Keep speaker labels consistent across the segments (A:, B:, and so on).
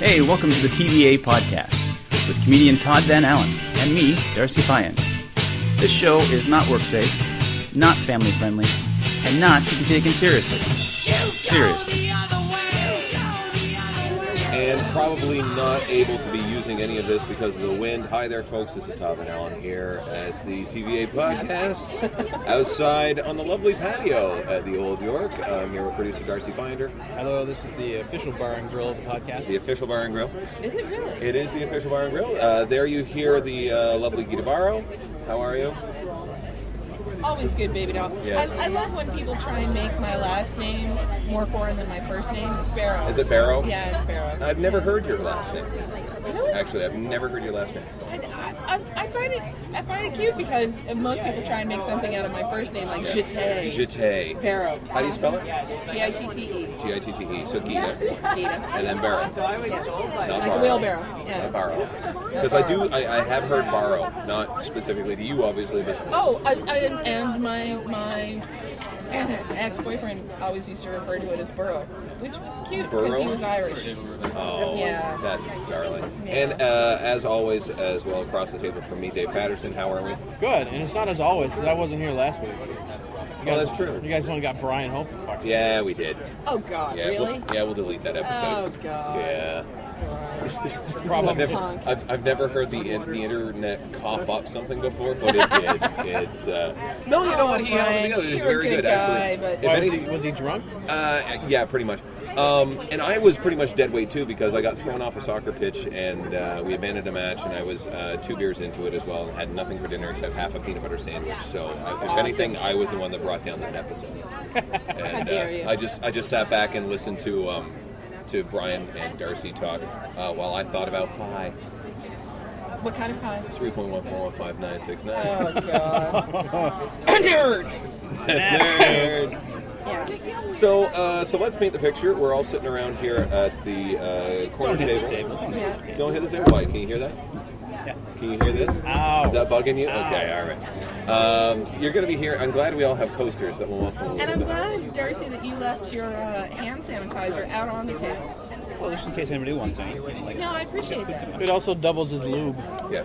A: Hey, welcome to the TVA podcast with comedian Todd Van Allen and me, Darcy Fian. This show is not work safe, not family friendly, and not to be taken seriously. Seriously.
B: and probably not able to be using any of this because of the wind. Hi there, folks. This is Tom and Alan here at the TVA podcast outside on the lovely patio at the Old York. I'm here with producer Darcy Finder,
C: Hello, this is the official bar and grill of the podcast.
B: the official bar and grill.
D: Is it really?
B: It is the official bar and grill. Uh, there you hear the uh, lovely Gita Barrow. How are you?
D: Always good, baby doll.
B: Yes.
D: I, I love when people try and make my last name more foreign than my first name. It's Barrow.
B: Is it Barrow?
D: Yeah, it's Barrow.
B: I've never heard your last name.
D: Really?
B: Actually, I've never heard your last name.
D: I, I, I find it I find it cute because most people try and make something out of my first name, like Jete.
B: Jitte.
D: Barrow.
B: How do you spell it?
D: G I T T E.
B: G I T T E. So Gita.
D: Gita.
B: And then Barrow.
D: Yes.
B: Not
D: Like
B: Barrow.
D: wheelbarrow. Yeah.
B: Not borrow. Because I do, I, I have heard borrow, not specifically to you, obviously, but
D: Oh, I, I, and my my ex-boyfriend always used to refer to it as Burrow, which was cute because he
B: Burrow?
D: was Irish.
B: oh,
D: Yeah.
B: that's darling.
D: Yeah.
B: And uh, as always, as well across the table from me, Dave Patterson. How are we?
C: Good, and it's not as always because I wasn't here last week. You
B: Well, Oh, that's true.
C: You guys went and got Brian Hope for fuck's
B: Yeah, we did.
D: Oh God,
B: Yeah,
D: really?
B: We'll, yeah, we'll delete that episode.
D: Oh, God.
B: Yeah.
C: sake. Probably.
B: I've never,
D: Punk.
B: I've, I've never heard the, in, the internet cough up something before, but it did. It's uh, no, you know what? He held it
D: Frank,
B: together. It was
D: you were a
B: very
D: good
B: good,
D: guy,
B: actually.
D: but-
B: If
C: Why, was,
B: anything-
C: he, was he drunk?
B: Uh, yeah, pretty much. Um, and I was pretty much dead weight too because I got thrown off a soccer pitch and uh, we abandoned a match and I was uh, two beers into it as well and had nothing for dinner except half a peanut butter sandwich. So I, if anything, I was the one that brought down that episode. And uh,
D: How dare you.
B: I just I just sat back and listened to um, to Brian and Darcy talk uh, while I thought about pie
D: What kind of pie?
B: three point one four one five nine six
D: Oh
B: nine.
D: god. Nerd.
B: Nerd.
D: Yeah.
B: So, uh, so let's paint the picture. We're all sitting around here at the uh, corner table.
D: Yeah.
B: Don't hit the table. Why? Can you hear that? Can you hear this?
C: Ow.
B: Is that bugging you? Okay, all right. Um, you're going to be here. I'm glad we all have coasters that will muffle a little
D: And I'm
B: bit.
D: glad, Darcy, that you left your uh, hand sanitizer out on the table.
E: Well, just in case anybody wants any. Like,
D: No, I appreciate that.
C: It also doubles as lube.
B: Yeah.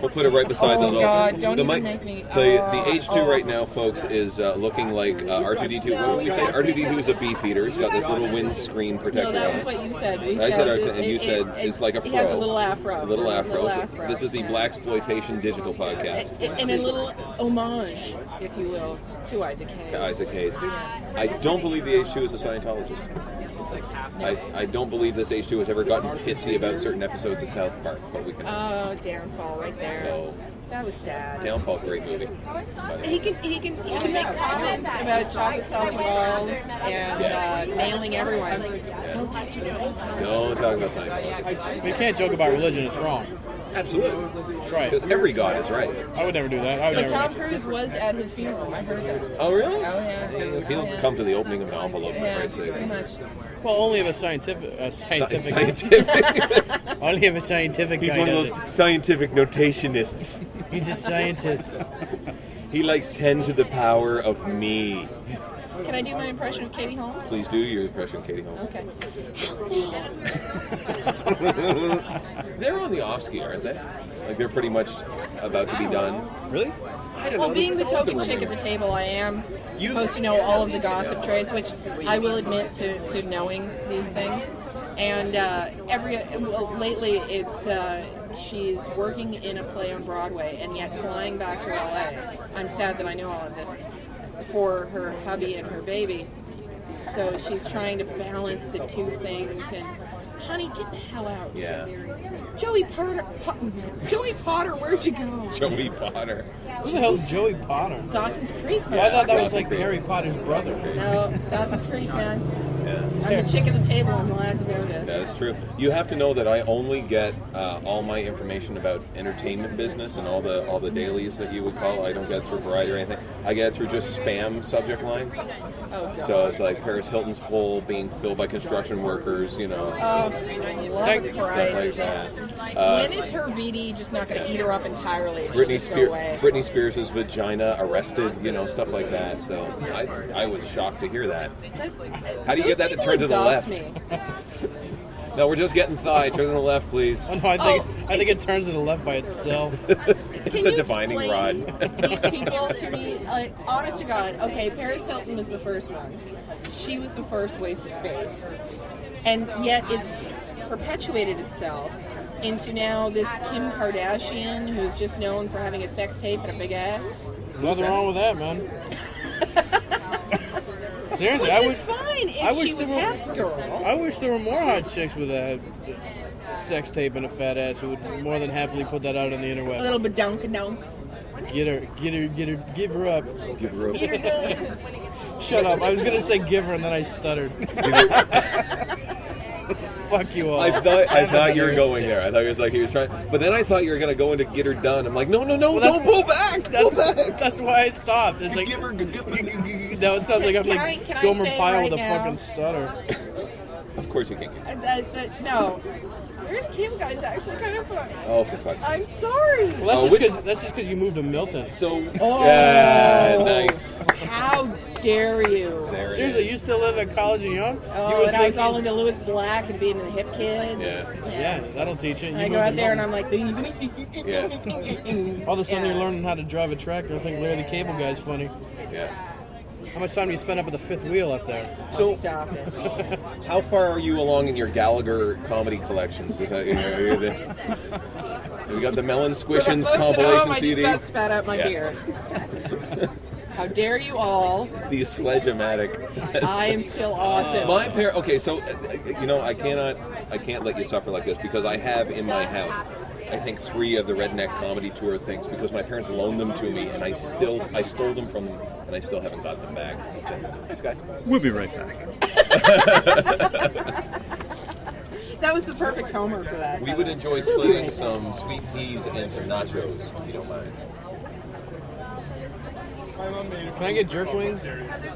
B: We'll put it right beside
D: Oh,
B: the little.
D: God, don't
B: the
D: even
B: mic-
D: make me-
B: The,
D: Oh,
B: the H2 right now, folks, is uh, looking like uh, R2D2. What would we say? R2D2 is a beefeater. He's got this little windscreen protector
D: No, that
B: on
D: was
B: it.
D: what you said. We
B: I said,
D: it-
B: and you
D: it-
B: said
D: it-
B: it's like a
D: He
B: fro.
D: has a little
B: A
D: afro.
B: little afro.
D: Little
B: So
D: afro.
B: This is the
D: yeah.
B: Black Exploitation Digital Podcast.
D: A- a- And a little homage, if you will, to Isaac Hayes.
B: to Isaac Hayes. I don't believe the H2 is a Scientologist. I, I don't believe this H2 has ever gotten pissy about certain episodes of South Park, but we can.
D: Oh, downfall right there.
B: So-
D: That was sad.
B: Downfall, great movie. by the way.
D: He can he can he can make comments about chocolate salty balls and
B: Yeah.
D: uh, nailing everyone. Don't touch his
B: Don't talk about Scientology.
C: We can't joke about religion; it's wrong.
B: Absolutely.
C: That's right.
B: Because every god is right.
C: I would never do that. I would
D: But
C: never.
D: Tom Cruise was at his funeral. I heard that.
B: Oh, really?
D: Oh yeah.
B: He'll
D: yeah.
B: come to the opening of an envelope, for
D: Yeah,
B: Christ's sake.
D: pretty much.
C: Well, only if a scientific, a
B: Sci-
C: scientific,
B: Scientific.
C: only if a scientific
B: He's
C: guy
B: one of
C: does
B: those scientific notationists.
C: it. He's a scientist.
B: He likes 10 to the power of me.
D: Can I do my impression of Katie Holmes?
B: Please do your impression, Katie Holmes.
D: Okay.
B: They're on the off ski, aren't they? Like they're pretty much about to be
D: I don't
B: done.
E: really?
B: I don't
D: Well,
B: know.
D: being the
B: It's all
D: token chick at
B: rumor.
D: the table, I am
B: You-
D: supposed to know all of the gossip trades, which I will admit to, to knowing these things. And uh, every well, lately, it's uh, she's working in a play on Broadway, and yet flying back to LA. I'm sad that I know all of this for her hubby and her baby. So she's trying to balance the two things. And honey, get the hell out!
B: Yeah.
D: Joey Potter, Po- Joey Potter, where'd you go?
B: Joey Potter.
C: Who the hell's Joey Potter?
D: Dawson's Creek.
C: Well, I thought that was
B: Dawson
C: like
B: Creek.
C: Harry Potter's brother.
D: No, Dawson's Creek, man.
B: Yeah.
D: I'm the chick at the table. I'm allowed to know
B: That
D: this.
B: is true. You have to know that I only get uh, all my information about entertainment business and all the all the dailies that you would call. I don't get through Variety or anything. I get through just spam subject lines.
D: Oh god.
B: So it's like Paris Hilton's hole being filled by construction workers. You know,
D: oh, for love of
B: stuff like
D: Christ.
B: that. Uh,
D: when is her VD just not going to eat her up entirely? It should
B: Britney,
D: just go
B: Spear-
D: away.
B: Britney Spears' vagina arrested, you know, stuff like that. So I, I was shocked to hear that.
D: That's-
B: How do you get
D: those
B: that to
D: people
B: turn to the
D: exhaust
B: left?
D: Me.
B: No, we're just getting thigh. Turn to the left, please.
C: Oh, no, I think
D: Oh,
C: I think it turns to the left by itself.
D: Can
B: a
D: you
B: divining
D: explain these people to me, like, honest to God, okay, Paris Hilton was the first one. She was the first waste of space. And yet it's perpetuated itself into now this Kim Kardashian who's just known for having a sex tape and a big ass.
C: Nothing wrong with that, man. Seriously,
D: Which
C: I
D: is
C: wish
D: fine if
C: I
D: she
C: wish
D: was
C: there were-
D: half girl.
C: I wish there were more hot chicks with a sex tape and a fat ass who would more than happily put that out on the
D: A
C: interweb.
D: little bit dunk and dunk.
C: Get her, get her, get her, give her up.
B: Give her a-
C: Shut up. I was gonna say give her and then I stuttered. Fuck you all.
B: I thought I thought you were going there. I thought it was like he was trying, but then I thought you were gonna go into get her done. I'm like, no, no, no,
C: that's-
B: don't pull back, pull
C: That's
B: back.
C: that's why I stopped. It's like
B: Give her, g- g-
C: now it sounds like I'm
D: Can I-
C: like
D: can I
C: Gomer
D: say it
C: Pyle
D: right
C: with a
D: now?
C: fucking stutter.
B: Of course you can't. Give her.
D: Uh, that- that- no. Where the Kim guy's actually kind of funny.
B: Oh, for fuck's sake.
D: I'm sorry.
C: Well,
B: Oh,
C: that's just
B: which-
C: 'cause that's just because you moved to Milton.
B: So yeah, nice.
D: Oh, How dare you?
B: There it
C: Seriously,
B: is.
C: you still live at college in Young? you
D: Oh,
C: would
D: and I
C: think
D: was all
C: these-
D: into Lewis Black and being the hip kid.
B: Yeah.
C: Yeah, that'll teach you. you
D: And I
C: moved
D: go out
C: to
D: there and I'm
C: Milton.
D: like,
C: all of a sudden
D: Yeah.
C: you're learning how to drive a tractor. I think Larry the Cable Guy's funny.
B: Yeah.
C: How much time do you spend up at the fifth wheel up there?
B: So
D: stop it.
B: how far are you along in your Gallagher comedy collections? Is that, you know, you're the, we got the Melon
D: For the
B: Squishins
D: folks at home,
B: compilation
D: Oh, I just
B: CD,
D: got spat out my
B: Yeah.
D: beard. How dare you all?
B: the Sledge-O-Matic.
D: I am still
B: Uh,
D: awesome.
B: My par Okay, so uh, you know, I cannot, I can't let you suffer like this because I have in my house, I think three of the Redneck Comedy Tour things because my parents loaned them to me, and I still, I stole them from them, and I still haven't gotten them back. So, nice guy.
E: We'll be right back.
D: that was the perfect homer for that.
B: We would enjoy splitting some sweet peas and some nachos if you don't mind.
C: Can I get jerk wings?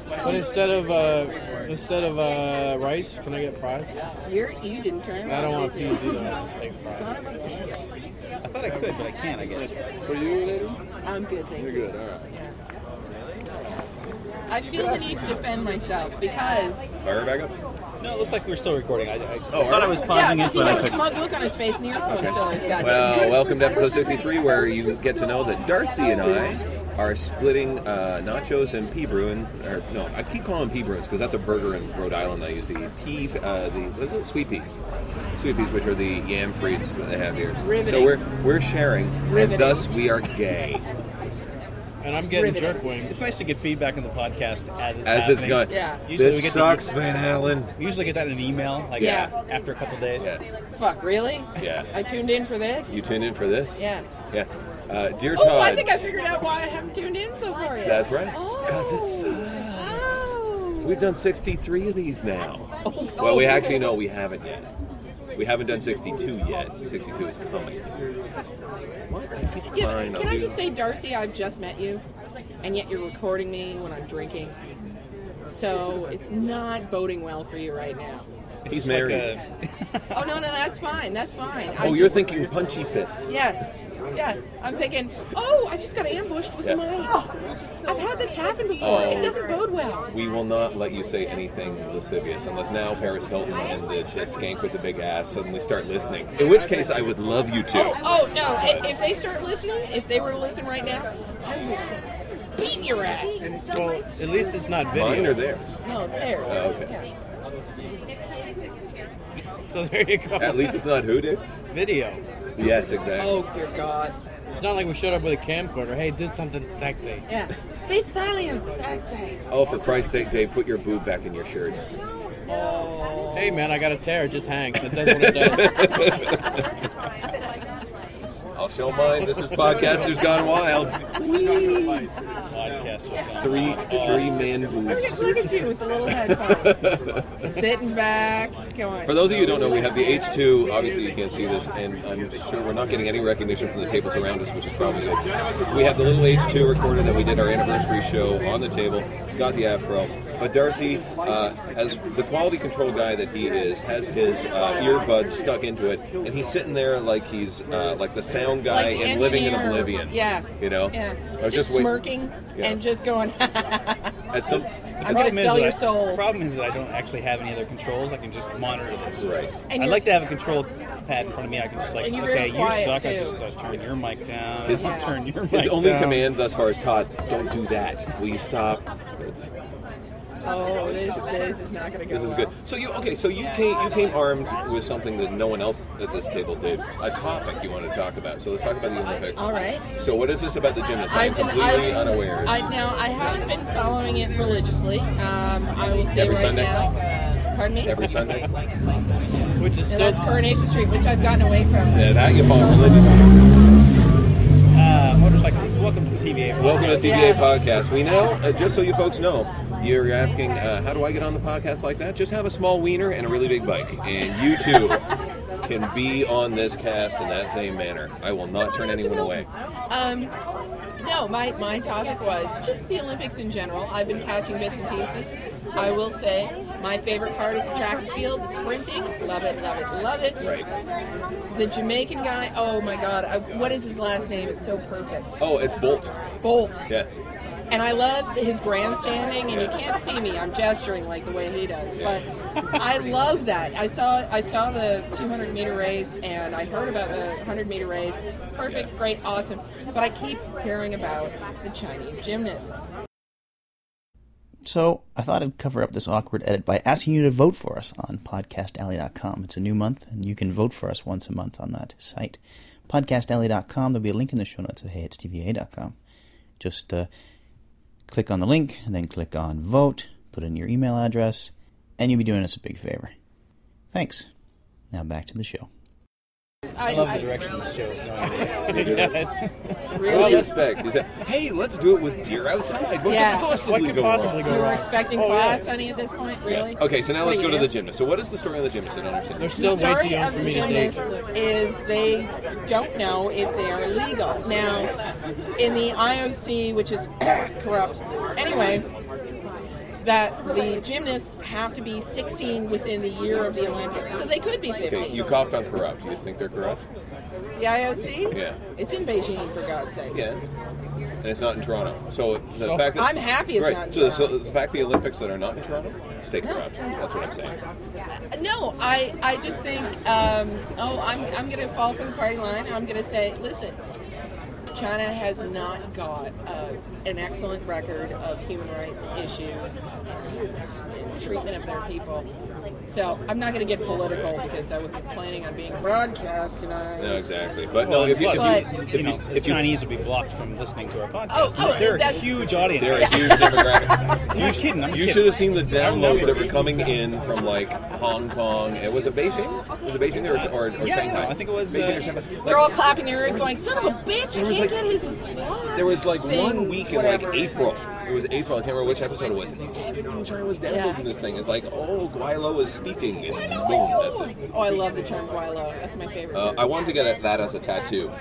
C: But instead of uh, instead of uh, rice, can I get fries?
D: You're, you didn't turn
C: I
D: around.
C: don't want
D: did you?
C: peas either. I'll just take fries.
D: Son of a bitch.
E: I thought I could, but I can't, I guess.
B: For you later.
D: I'm good, thank you.
B: Good. All right.
D: I feel the need to defend myself because
B: Fire back up.
E: No, it looks like we're still recording. I, I
B: Oh,
E: thought
B: are
E: I
B: we?
E: was pausing
D: yeah,
E: it,
D: he
E: but I
D: got a
E: couldn't.
D: smug look on his face, and the earphone still is got
B: Well, welcome to episode 63, where you get to know that Darcy and I are splitting uh, nachos and pea bruins. Or no, I keep calling them pea bruins because that's a burger in Rhode Island I used to eat. Pea, uh, the what is it? Sweet peas, sweet peas, which are the yam fruits that they have here. So
D: Riveting.
B: we're we're sharing,
D: Riveting.
B: and thus we are gay
C: And I'm getting
D: Riveting.
C: jerk wings.
E: It's nice to get feedback on the podcast as
B: as
E: it's happening.
B: it's going.
D: Yeah.
E: Usually we get
B: This
E: the-
B: sucks, Van Allen.
E: We usually get that in an email, like
B: Yeah.
E: after a couple days.
B: Yeah,
D: Fuck, really?
B: Yeah.
D: I tuned in for this.
B: you tuned in for this.
D: Yeah.
B: yeah. Uh, dear
D: Oh,
B: Todd,
D: I think I figured out why I haven't tuned in so far yet.
B: That's right.
D: Oh.
B: 'Cause it sucks.
D: Oh.
B: we've done 63 of these now.
D: Oh,
B: Well, we
D: oh.
B: actually no, we haven't yet. We haven't done 62 yet. 62 is coming. What? I think
D: Yeah,
B: fine,
D: can
B: I'll
D: I
B: do-
D: just say, Darcy, I've just met you, and yet you're recording me when I'm drinking. So it's not boding well for you right now.
E: It's
B: He's
E: just like
B: married.
E: a-
D: Oh no, no, that's fine. That's fine. I
B: Oh, you're
D: just-
B: thinking punchy fist.
D: Yeah, yeah. I'm thinking. Oh, I just got ambushed with
B: Yeah.
D: a mic. I've had this happen before.
B: Oh.
D: It doesn't bode well.
B: We will not let you say anything lascivious unless now Paris Hilton and the, the skank with the big ass suddenly start listening. In which case, I would love you
D: Oh,
B: to.
D: oh no! I- If they start listening, if they were to listen right now, I would beat your ass.
C: Well, at least it's
D: oh.
C: not
B: Mine or
C: video.
B: theirs?
D: No, there.
B: Oh, okay.
D: Yeah.
C: So there you go.
B: At least it's not hoodoo.
C: video.
B: Yes, exactly.
D: Oh dear God.
C: It's not like we showed up with a camcorder. Hey, do something sexy.
D: Yeah. Be funny and sexy.
B: Oh, for Christ's sake, Dave, put your boob back in your shirt.
D: Oh.
C: Hey man, I got a tear. Just hang. It does what it does.
B: I'll show mine. This is Podcasters Gone Wild.
E: podcast.
B: Three, three man
D: Look
B: boobs.
D: at, look at you with the little headphones. Sitting back. Going.
B: For those of you who don't know, we have the H2. Obviously, you can't see this, and I'm sure we're not getting any recognition from the tables around us, which is probably good. We have the little H2 recorder that we did our anniversary show on the table. It's got the afro. But Darcy, uh, as the quality control guy that he is, has his uh, earbuds stuck into it, and he's sitting there like he's uh, like the sound guy
D: Like the
B: and living in
D: engineer.
B: oblivion.
D: Yeah.
B: You know?
D: Yeah.
B: I was
D: just
B: wait-
D: smirking
B: Yeah.
D: and just going.
B: At some
E: The
D: I'm gonna
E: problem is
D: sell
E: that
D: your
E: I-
D: souls.
E: The problem is that I don't actually have any other controls. I can just monitor this.
B: Right.
D: And
E: I'd
D: you're-
E: like to have a control pad in front of me. I can just like,
D: And you're
E: okay,
D: very
E: you
D: quiet,
E: suck. I
D: too.
E: just uh, turn your mic down.
B: His-
E: I'll turn your mic
B: His only
E: down.
B: command thus far is Todd, don't do that. Will you stop? It's,
D: Oh, this, this is not going to go
B: this is
D: well.
B: good. So you okay? So you came you came armed with something that no one else at this table did. A topic you want to talk about. So let's talk about the Olympics.
D: All right.
B: So what is this about the gymnasts? I'm
D: I've been
B: completely
D: I've-
B: unaware.
D: I, now I haven't been following it religiously. Um, I will say
B: Every
D: right
B: Sunday?
D: now. Pardon me.
B: Every Sunday.
C: Which is
D: And
C: still
D: that's Coronation Street, which I've gotten away from.
B: Yeah, that you follow religion.
E: Uh, motorcyclists, welcome to the TVA. podcast.
B: Welcome to the TBA
D: Yeah.
B: podcast. We now, uh, just so you folks know, you're asking, uh, how do I get on the podcast like that? Just have a small wiener and a really big bike, and you too can be on this cast in that same manner. I will not turn anyone away.
D: Um, no, my, my topic was just the Olympics in general. I've been catching bits and pieces. I will say my favorite part is the track and field, the sprinting. Love it, love it, love it.
B: Right.
D: The Jamaican guy, oh my god, I, what is his last name? It's so perfect.
B: Oh, it's Bolt.
D: Bolt.
B: Yeah.
D: And I love his grandstanding, and you can't see me. I'm gesturing like the way he does, but I love that. I saw I saw the 200 meter race, and I heard about the 100 meter race. Perfect, great, awesome. But I keep hearing about the Chinese gymnasts.
A: So I thought I'd cover up this awkward edit by asking you to vote for us on podcastalley.com. It's a new month, and you can vote for us once a month on that site. Podcastalley.com. There'll be a link in the show notes at heyitstva.com. Just uh, click on the link, and then click on vote. Put in your email address, and you'll be doing us a big favor. Thanks. Now back to the show.
D: I,
E: I love the direction this show is going.
C: Yes.
D: I
B: What do
D: really.
B: you expect? He said, hey, let's do it with beer outside. What
D: Yeah.
B: could possibly
C: What could
B: go
C: possibly
B: wrong?
C: go
D: You were
C: wrong?
D: expecting
C: Oh, yeah.
D: class, honey, at this point, really?
B: Yes. Okay, so now
D: What
B: let's go
D: do you
B: to
D: do?
B: the gymnast. So what is the story on the gymnast? I don't understand.
C: They're still
D: the
C: way too
D: story
C: young
D: of
C: for
D: the
C: me to date.
D: gymnasts is they don't know if they are legal. Now, in the IOC, which is corrupt, anyway, that the gymnasts have to be 16 within the year of the Olympics. So they could be 50.
B: Okay, you coughed on corrupt. You just think they're corrupt?
D: the IOC?
B: Yeah.
D: It's in Beijing, for God's sake.
B: Yeah. And it's not in Toronto. So the
C: So-
B: fact that
D: I'm happy it's
B: right.
D: not in
B: so, so
D: Toronto.
B: the fact the Olympics that are not in Toronto stay corrupt. That's what I'm saying.
D: No, I, I just think, um, oh, I'm, I'm going to fall for the party line. I'm going to say, listen, China has not got uh, an excellent record of human rights issues and treatment of their people. So I'm not going to get political because I wasn't planning on being broadcast tonight.
B: No, exactly. But no,
E: Well,
B: if you,
E: plus,
B: if
D: But-
B: you,
E: you
B: if
E: know,
B: you,
E: the
B: if you,
E: Chinese will be blocked from listening to our
D: Oh,
E: podcast.
D: oh,
E: They're a
D: that's-
E: huge audience.
B: they're a huge demographic.
E: You're kidding. I'm
B: You
E: kidding.
B: should have seen the
E: I know
B: downloads
E: you're
B: that were
E: kidding.
B: coming in from like Hong Kong. It was it Beijing? Was it Beijing or, or, or
E: Yeah,
B: Shanghai?
E: I think it was,
B: Beijing
E: uh,
B: or Shanghai.
D: They're
B: Like,
D: all clapping their ears, going, "Son of a bitch! I
B: was
D: can't
B: like-
D: get his."
B: There was like
D: thing,
B: one week in
D: whatever."
B: like April. It was April. I can't remember which episode it was. Everyone in China was downloading
D: Yeah.
B: this thing. It's like, oh, Guilo is speaking, and boom, that's it.
D: Oh, I love the term guilo. That's my favorite.
B: Uh,
D: word.
B: I wanted to get that as a tattoo.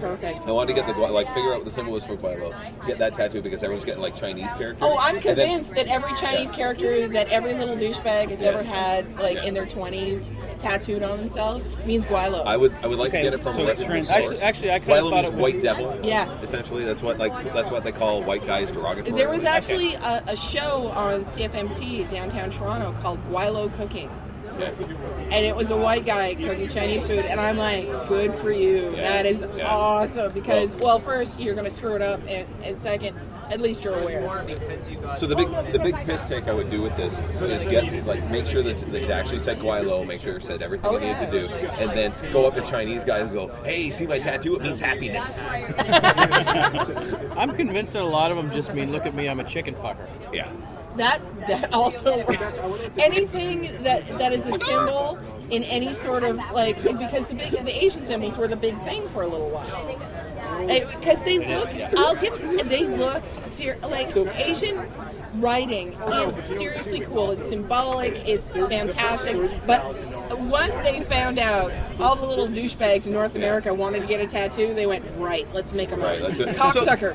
D: Perfect.
B: I Oh, wanted to get the gua- like figure out what the symbol is for Guaylo. Get that tattoo because everyone's getting like Chinese characters.
D: Oh, I'm
B: And then-
D: convinced that every Chinese character that every little douchebag has
B: Yeah.
D: ever had, like
B: Yeah.
D: in their 20s, tattooed on themselves, means Guaylo.
B: I would I would like
E: Okay,
B: to get it from
E: so
B: a reputable
E: trans-
B: source.
C: actually- actually, I could've
B: Guaylo
C: thought
B: means
C: it would
B: white
C: be-
B: devil.
D: Yeah.
B: Essentially, that's what like that's what they call white guys derogatory.
D: there was actually a, a show on CFMT downtown Toronto called Guaylo Cooking,
B: Yeah.
D: and it was a white guy cooking Chinese food, and I'm like, good for you.
B: Yeah.
D: That is
B: Yeah.
D: awesome because,
B: Well-
D: well, first you're gonna screw it up, and, and second, at least you're aware.
B: So the big the big piss take I would do with this is get like make sure that that it actually said Guaylo, make sure it said everything
D: Oh,
B: it needed to
D: yeah.
B: do, and then go up to Chinese guys and go, hey, see my tattoo? It means happiness.
C: I'm convinced that a lot of them just mean, look at me, I'm a chicken fucker.
B: Yeah.
D: That that also anything that that is a symbol in any sort of like because the big the Asian symbols were the big thing for a little while because they look I'll give they look ser- like Asian writing is seriously cool it's symbolic it's fantastic but once they found out all the little douchebags in North America wanted to get a tattoo they went right let's make them
B: Right, let's do it."
D: cocksucker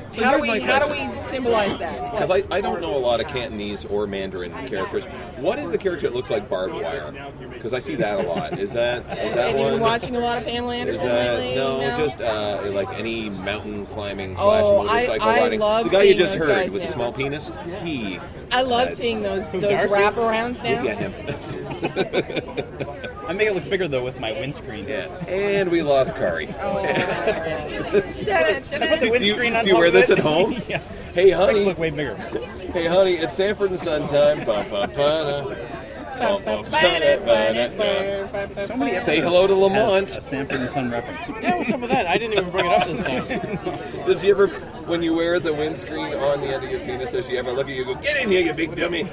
B: So- so
D: how do
B: here's my
D: we how do
B: question.
D: we symbolize that
B: Because I, I don't know a lot of Cantonese or Mandarin characters. What is the character that looks like barbed wire? Because I see that a lot. Is that is that
D: Have you
B: one?
D: been watching a lot of Pamela
B: Is
D: Anderson
B: that
D: lately?
B: no, Just uh, like any mountain climbing slash
D: Oh, I-
B: motorcycle
D: I
B: riding.
D: love
B: the guy you
D: seeing
B: just
D: those
B: heard
D: guys
B: with the
D: now.
B: small penis. He
D: I love
B: uh,
D: seeing those
C: From
D: those
C: Darcy?
D: wraparounds now.
B: Yeah, him.
E: I make it look bigger though with my windscreen.
B: yeah. And we lost Kari.
D: Oh,
E: I put the
D: Da-da-da-da.
E: windscreen
B: do
E: on
B: you
E: top
B: wear
E: of
B: this
E: it.
B: at home?
E: yeah.
B: Hey
E: Makes it
B: honey,
E: look way bigger.
B: hey honey, it's Sanford and Son time. Ba, ba, ba, da. Ba, ba, ba, da, da.
E: So many
B: Say
E: episodes
B: hello to
E: have
B: Lamont.
E: A Sanford and Son reference.
C: Yeah, what's up with that? I didn't even bring it up this time.
B: Does she ever, when you wear the windscreen on the end of your penis, does she ever look at you and go, "Get in here, you big dummy"?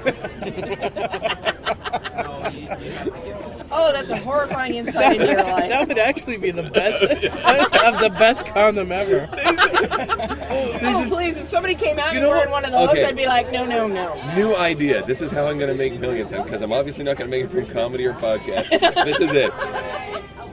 D: Oh, that's a horrifying insight into your life.
C: that would actually be the best. I would have the best condom ever.
D: Oh, please, if somebody came out
B: You
D: and
B: know
D: wearing
B: what?
D: one of those,
B: Okay.
D: I'd be like, no, no, no.
B: New idea. This is how I'm going to make millions because I'm obviously not going to make it from comedy or podcast. this is it.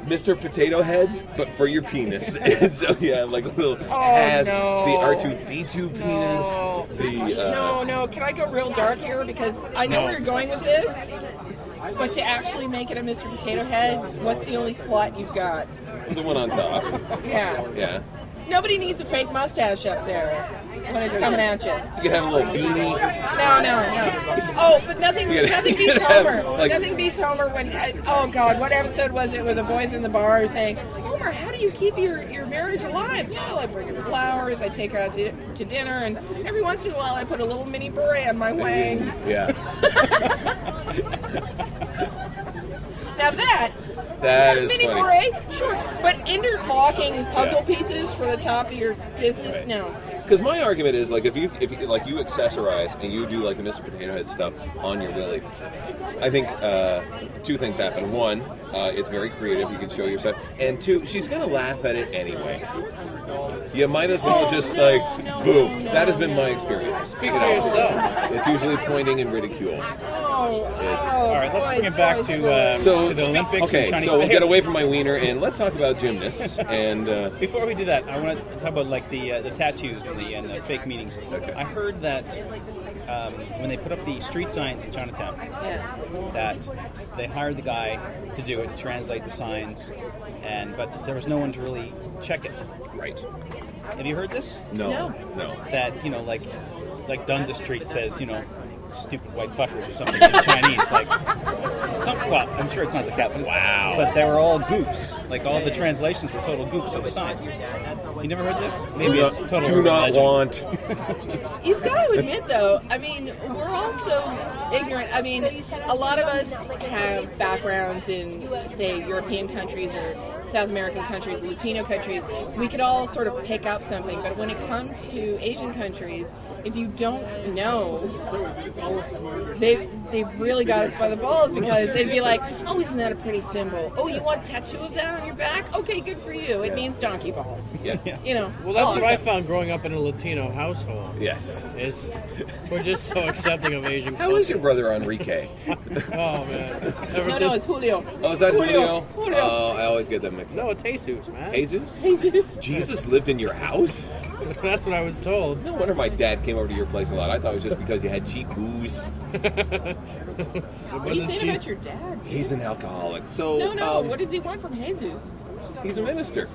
B: Mr. Potato Heads, but for your penis. And so yeah, like little hats,
D: Oh, no.
B: the R2D2
D: No.
B: penis, the uh,
D: No, no. Can I go real dark here? Because I know where you're going with this. But to actually make it a Mr. Potato Head, what's the only slot you've got?
B: the one on top.
D: Yeah.
B: Yeah,
D: Nobody needs a fake mustache up there when it's coming at you.
B: you could have a little beanie.
D: No, no, no. Oh, but nothing,
B: You gotta-
D: nothing
B: you
D: beats
B: gotta have,
D: Homer.
B: like-
D: nothing beats Homer when. I, oh God, what episode was it where the boys in the bar are saying, "Homer, how do you keep your, your marriage alive?" Well, I bring her flowers, I take her out to, to dinner, and every once in a while I put a little mini beret on my wang.
B: Yeah,
D: Now that.
B: that is
D: mini
B: funny.
D: beret, sure, but interlocking puzzle pieces for the top of your business,
B: Right.
D: no.
B: Because my argument is like if you if you, like you accessorize and you do like the Mr. Potato Head stuff on your willy, I think uh, two things happen. One, uh, it's very creative. You can show your side, and two, she's gonna laugh at it anyway. You might as well
D: Oh,
B: just
D: no,
B: like
D: no,
B: boom.
D: no,
B: that has been
D: no.
B: my experience. Speak
C: for yourself.
B: It's usually pointing and ridicule.
D: Oh, oh,
E: All right, let's
D: boys,
E: bring it back
D: boys,
E: to
D: boys.
E: uh,
B: So
E: to the Olympics.
B: Okay,
E: and Chinese
B: so we'll
E: Hey,
B: get away from my wiener and let's talk about gymnasts and. Uh,
E: Before we do that, I want to talk about like the uh, the tattoos and the and the fake meetings.
B: Okay.
E: I heard that um, when they put up the street signs in Chinatown,
D: Yeah.
E: that they hired the guy to do it to translate the signs, and but there was no one to really check it.
B: right.
E: Have you heard this?
B: No.
D: No.
B: No.
E: That you know, like like Dundas Street says, you know, stupid white fuckers or something in Chinese. Like, some, well, I'm sure it's not like that. But, wow. But they were all goofs. Like all the translations were total goofs of the signs. You never heard this? Maybe
B: Do
E: it's
B: not-
E: total.
B: do not
E: legend.
B: want.
D: You've got to admit, though, I mean, we're all so ignorant. I mean, a lot of us have backgrounds in, say, European countries or South American countries, Latino countries. We could all sort of pick up something, but when it comes to Asian countries, if you don't know, they they've really got us by the balls because they'd be like, oh, isn't that a pretty symbol? Oh, you want a tattoo of that on your back? Okay, good for you. It means donkey balls.
B: Yeah.
D: You know.
C: Well, that's what I
D: awesome.
C: found growing up in a Latino household.
B: Yes.
C: Is we're just so accepting of Asian.
B: How is your brother Enrique?
C: culture. Oh man.
D: No,
C: Ever
D: no,
C: since-
D: it's Julio.
B: Oh, is that Julio?
D: Julio.
B: Oh, I always get that mixed up.
C: no, it's Jesus, man.
B: Jesus?
D: Jesus.
B: Jesus lived in your house?
C: That's what I was told.
B: No wonder my dad came over to your place a lot. I thought it was just because you had cheap booze.
C: It
D: What are you
C: wasn't
D: saying
C: cheap.
D: about your dad?
B: He's an alcoholic. So
D: No, no.
B: um,
D: what does he want from Jesus?
B: he's a minister.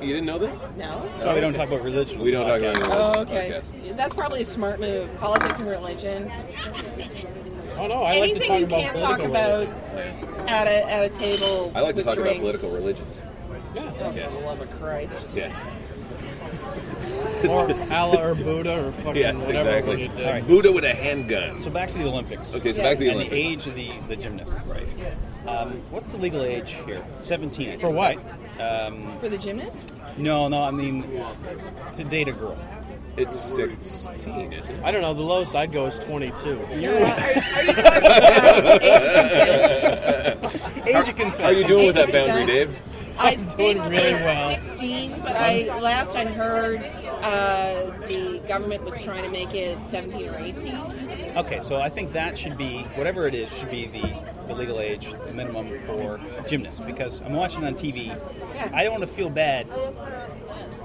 B: You didn't know this?
D: No.
E: That's why we don't talk about religion. on
B: We
E: the
B: don't talk about
E: podcast.
B: religion.
D: Oh, okay.
B: Podcast.
D: That's probably a smart move. Politics and religion.
C: Oh no, I
D: Anything you
C: like to talk
D: can't talk
C: about political
D: about
C: religion.
D: at a, at a table.
B: I like to
D: with
B: talk about
D: drinks.
B: political religions.
D: Oh, for
B: Yes.
D: the love of Christ.
B: Yes.
C: or Allah or Buddha or fucking
B: Yes,
C: whatever
B: exactly.
C: you did.
E: All right.
B: Buddha with a handgun.
E: So back to the Olympics.
B: Okay, so
D: Yes.
B: back to the
E: And the
B: Olympics.
E: age of the the gymnasts.
B: Right.
E: Um, what's the legal age here? Seventeen. I think,
C: For what?
E: right? Um,
D: For the gymnasts?
E: no, no. I mean, to date a girl.
B: It's 16, is it?
C: I don't know. The lowest I'd go is 22.
D: Are, are you talking about age consent?
E: Age of consent.
B: How are you doing with that
D: Consent.
B: boundary, Dave?
D: I
C: I'm
D: think
C: doing really
D: it's
C: well.
D: 16, but I last I heard uh, the government was trying to make it 17 or 18.
E: Okay, so I think that should be whatever it is should be the, the legal age minimum for gymnasts because I'm watching on TV.
D: Yeah.
E: I don't want to feel bad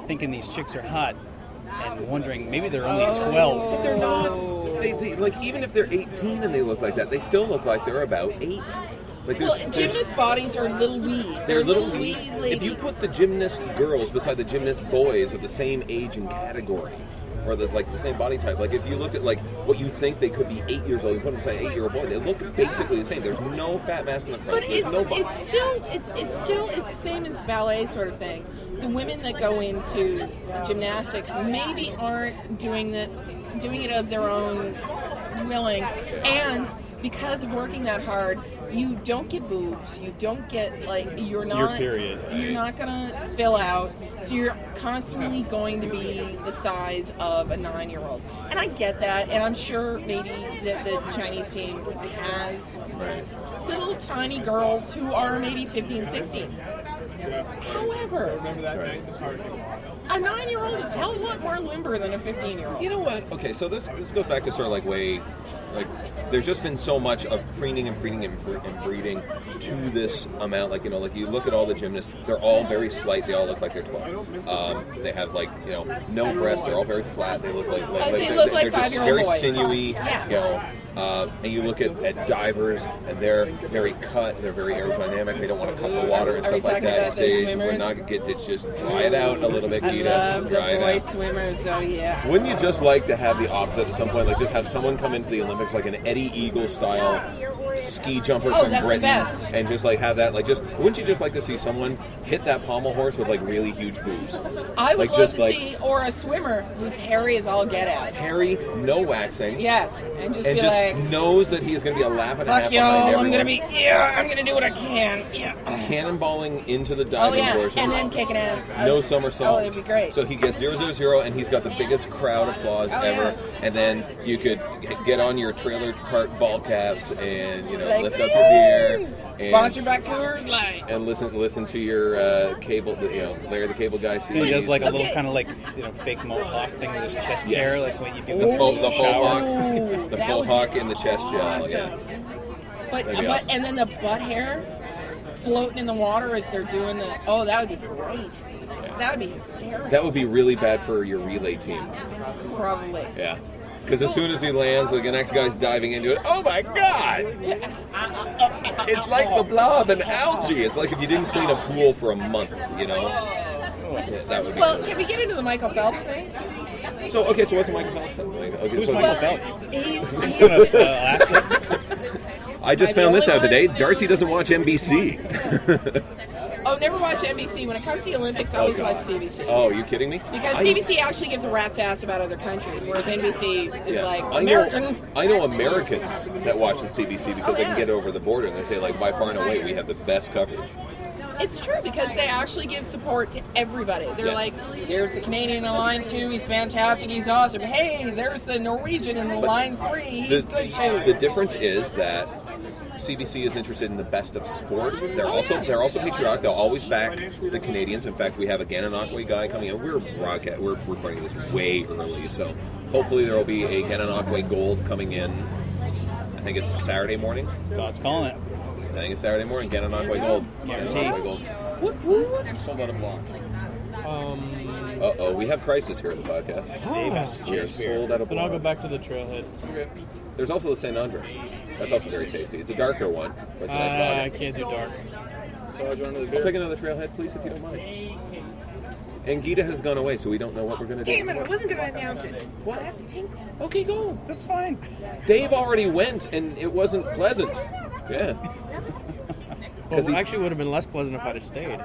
E: thinking these chicks are hot and wondering maybe they're only
D: Oh.
E: 12.
D: But they're not.
B: they, they like even if they're 18 and they look like that, they still look like they're about eight. Like there's,
D: Well,
B: there's-
D: gymnast bodies are little wee. They're,
B: they're little wee.
D: wee ladies.
B: If you put the gymnast girls beside the gymnast boys of the same age and category, or the like the same body type, like if you look at like what you think they could be eight years old, you put them beside an eight year old boy, they look basically the same. There's no fat mass in the front.
D: But
B: there's
D: it's
B: no body.
D: it's still it's it's still it's the same as ballet sort of thing. The women that go into gymnastics maybe aren't doing that doing it of their own willing, and because of working that hard, you don't get boobs. You don't get like you're not
E: period, right?
D: You're not gonna fill out, so you're constantly going to be the size of a nine year old. And I get that, and I'm sure maybe that the Chinese team has
B: Right.
D: little tiny girls who are maybe 15, 16. However,
B: Right.
D: a nine year old is a hell of a lot more limber than a 15 year old.
B: You know what? Okay, so this this goes back to sort of like way, like there's just been so much of preening and breeding and, bre- and breeding to this amount. Like you know, like you look at all the gymnasts, they're all very slight. They all look like they're 12. Um, they have like you know no breasts. They're all very flat. They look like, like,
D: They
B: they're,
D: look
B: they're
D: like
B: just
D: five-year-old
B: very
D: boys.
B: sinewy.
D: Yeah.
B: You know. Uh, and you look at, at divers, and they're very cut, they're very aerodynamic. They don't want to cut the water and
D: Are we
B: stuff like
D: talking
B: that.
D: about the
B: They
D: swimmers?
B: would not get to just dry it out a little bit,
D: I
B: Gita.
D: love the
B: dry it
D: boy
B: out.
D: swimmers, oh yeah.
B: Wouldn't you just like to have the opposite at some point? Like just have someone come into the Olympics like an Eddie Eagle style ski jumper
D: Oh,
B: from
D: that's the
B: Britain,
D: best.
B: and just like have that like just wouldn't you just like to see someone hit that pommel horse with like really huge boobs?
D: I would
B: like,
D: love
B: just
D: to
B: like
D: see, or a swimmer whose hairy is all get out.
B: hairy, no waxing,
D: Yeah, and just
B: and
D: be
B: just
D: like,
B: knows that he's going to be a lap and a half behind everyone,
D: yeah, I'm gonna do what I can, yeah.
B: cannonballing into the
D: Oh
B: diving
D: yeah,
B: portion.
D: and then kicking ass.
B: no
D: Oh,
B: somersault.
D: Oh, it'd be great.
B: So he gets zero zero zero, and he's got the biggest crowd applause
D: Oh,
B: ever.
D: yeah.
B: And then you could g- get on your trailer park ball caps and you know
D: Like,
B: lift up your beer. and-
D: Sponsored by Coors Light.
B: And listen, listen to your uh, cable, you know, Larry the Cable Guy.
E: He
B: CDs.
E: does like a
D: Okay.
E: little kind of like you know fake mohawk thing with his chest
B: Yes.
E: hair, like what you do
B: the
E: with
B: full, the full
E: shower.
B: hawk, the
D: That
B: full
D: would be
B: hawk in the chest gel.
D: Awesome.
B: Yeah.
D: But,
B: That'd be
D: but
B: awesome.
D: and then the butt hair floating in the water as they're doing the oh that would be great. That would be hysterical.
B: That would be really bad for your relay team.
D: probably.
B: Yeah. Because as soon as he lands, like, the next guy's diving into it. Oh my god! It's like the blob and algae. It's like if you didn't clean a pool for a month, you know? Yeah, that would be
D: Well, can we get into the Michael Phelps thing?
B: cool. So, okay, so what's Michael Phelps? Like, okay,
E: Who's
B: so
E: Michael Phelps?
D: He's,
E: Uh,
D: he's
E: uh, athlete.
B: I just
D: Am I the
B: found this
D: only
B: out today.
D: one?
B: Darcy doesn't watch NBC.
D: oh never watch NBC. When it comes to the Olympics, I always
B: God.
D: watch CBC.
B: Oh, are you kidding me?
D: Because
B: I-
D: CBC actually gives a rat's ass about other countries, whereas NBC is
B: Yeah.
D: like
B: I know,
D: American.
B: I know Americans that watch the CBC because
D: Oh,
B: they can
D: yeah.
B: get over the border and they say, like, by far and away, we have the best coverage.
D: It's true because they actually give support to everybody. They're
B: Yes.
D: like, there's the Canadian in line two, he's fantastic, he's awesome. Hey, there's the Norwegian in the line three, he's good too.
B: The difference is that CBC is interested in the best of sport. They're also they're also patriotic. They'll always back the Canadians. In fact, we have a Gananoque guy coming in. We're broadcast, we're recording this way early, so hopefully there will be a Gananoque gold coming in. I think it's Saturday morning.
E: God's calling it.
B: I think it's Saturday morning. Gananoque gold.
E: Guaranteed.
B: Gananoque gold.
D: Whoop, whoop.
B: Sold out a block.
C: Um,
B: Uh oh, we have crisis here at the podcast.
E: Dave has to
B: We are
E: cheers beer.
B: sold out a
C: then I'll go
B: block.
C: back to the trailhead.
B: There's also the Saint Andre. That's also very tasty. It's a darker one. It's a
C: Uh,
B: nice lager.
C: I can't do dark.
B: I'll take another trailhead, please, if you don't mind. And Gita has gone away, so we don't know what we're gonna do.
D: Damn it, I wasn't going to announce it.
B: What?
D: I have to tinkle.
B: Okay, go.
E: That's fine.
B: Dave already went, and it wasn't pleasant. Yeah.
C: Well,
B: 'Cause he-
C: it actually would have been less pleasant if I'd have stayed.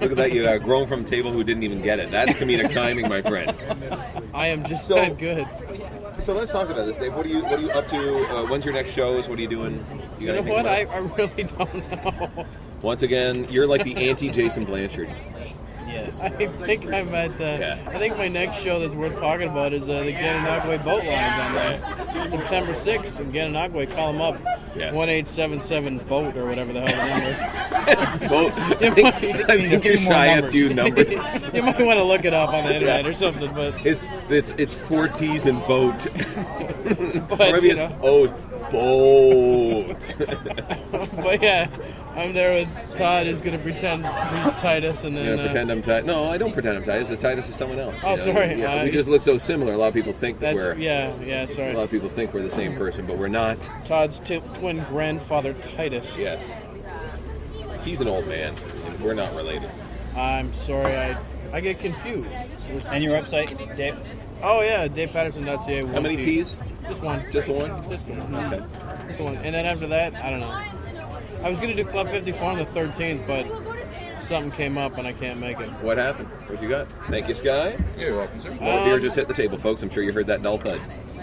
B: Look at that, you got a grown from table who didn't even get it. That's comedic timing, my friend.
C: I am just
B: So-
C: that good.
B: So let's talk about this, Dave. What are you What are you up to? Uh, when's your next shows? What are you doing?
C: You
B: got
C: know
B: anything
C: what? I,
B: planned?
C: I really don't know.
B: Once again, you're like the anti Jason Blanchard.
E: Yes.
C: I think I'm at. Uh,
B: Yeah.
C: I think my next show that's worth talking about is uh, the Gananagwe boat lines on there. September 6th in Gananagwe. Call them up.
B: Yeah.
C: 1877 boat or whatever the hell the number. is.
B: Well, I think, I think you're shy a few numbers.
C: you might want to look it up on the internet or something, but
B: It's it's it's four T's in boat.
C: but,
B: Or maybe
C: you
B: it's
C: know,
B: O's boat.
C: but yeah, I'm there with Todd, who's gonna pretend he's Titus, and then
B: You know,
C: uh,
B: pretend I'm Titus. No, I don't pretend I'm Titus. It's Titus is someone else.
C: Oh,
B: you know?
C: sorry.
B: Yeah,
C: Uh,
B: we just look so similar. A lot of people think that
C: that's
B: we're.
C: yeah, yeah.
B: A
C: Sorry,
B: lot of people think we're the same person, but we're not.
C: Todd's t- twin grandfather Titus.
B: Yes. He's an old man. and We're not related.
C: I'm sorry, I I get confused.
E: And your website, Dave?
C: Oh yeah, DavePatterson.ca.
B: How many T's?
C: Just one.
B: Just the one?
C: Just one.
B: Okay.
C: Just one. And then after that, I don't know. I was gonna do Club 54 on the 13th, but something came up and I can't make it.
B: What happened? What you got? Thank you, Sky.
F: You're welcome, sir.
B: More beer
C: Um,
B: just hit the table, folks. I'm sure you heard that dull thud.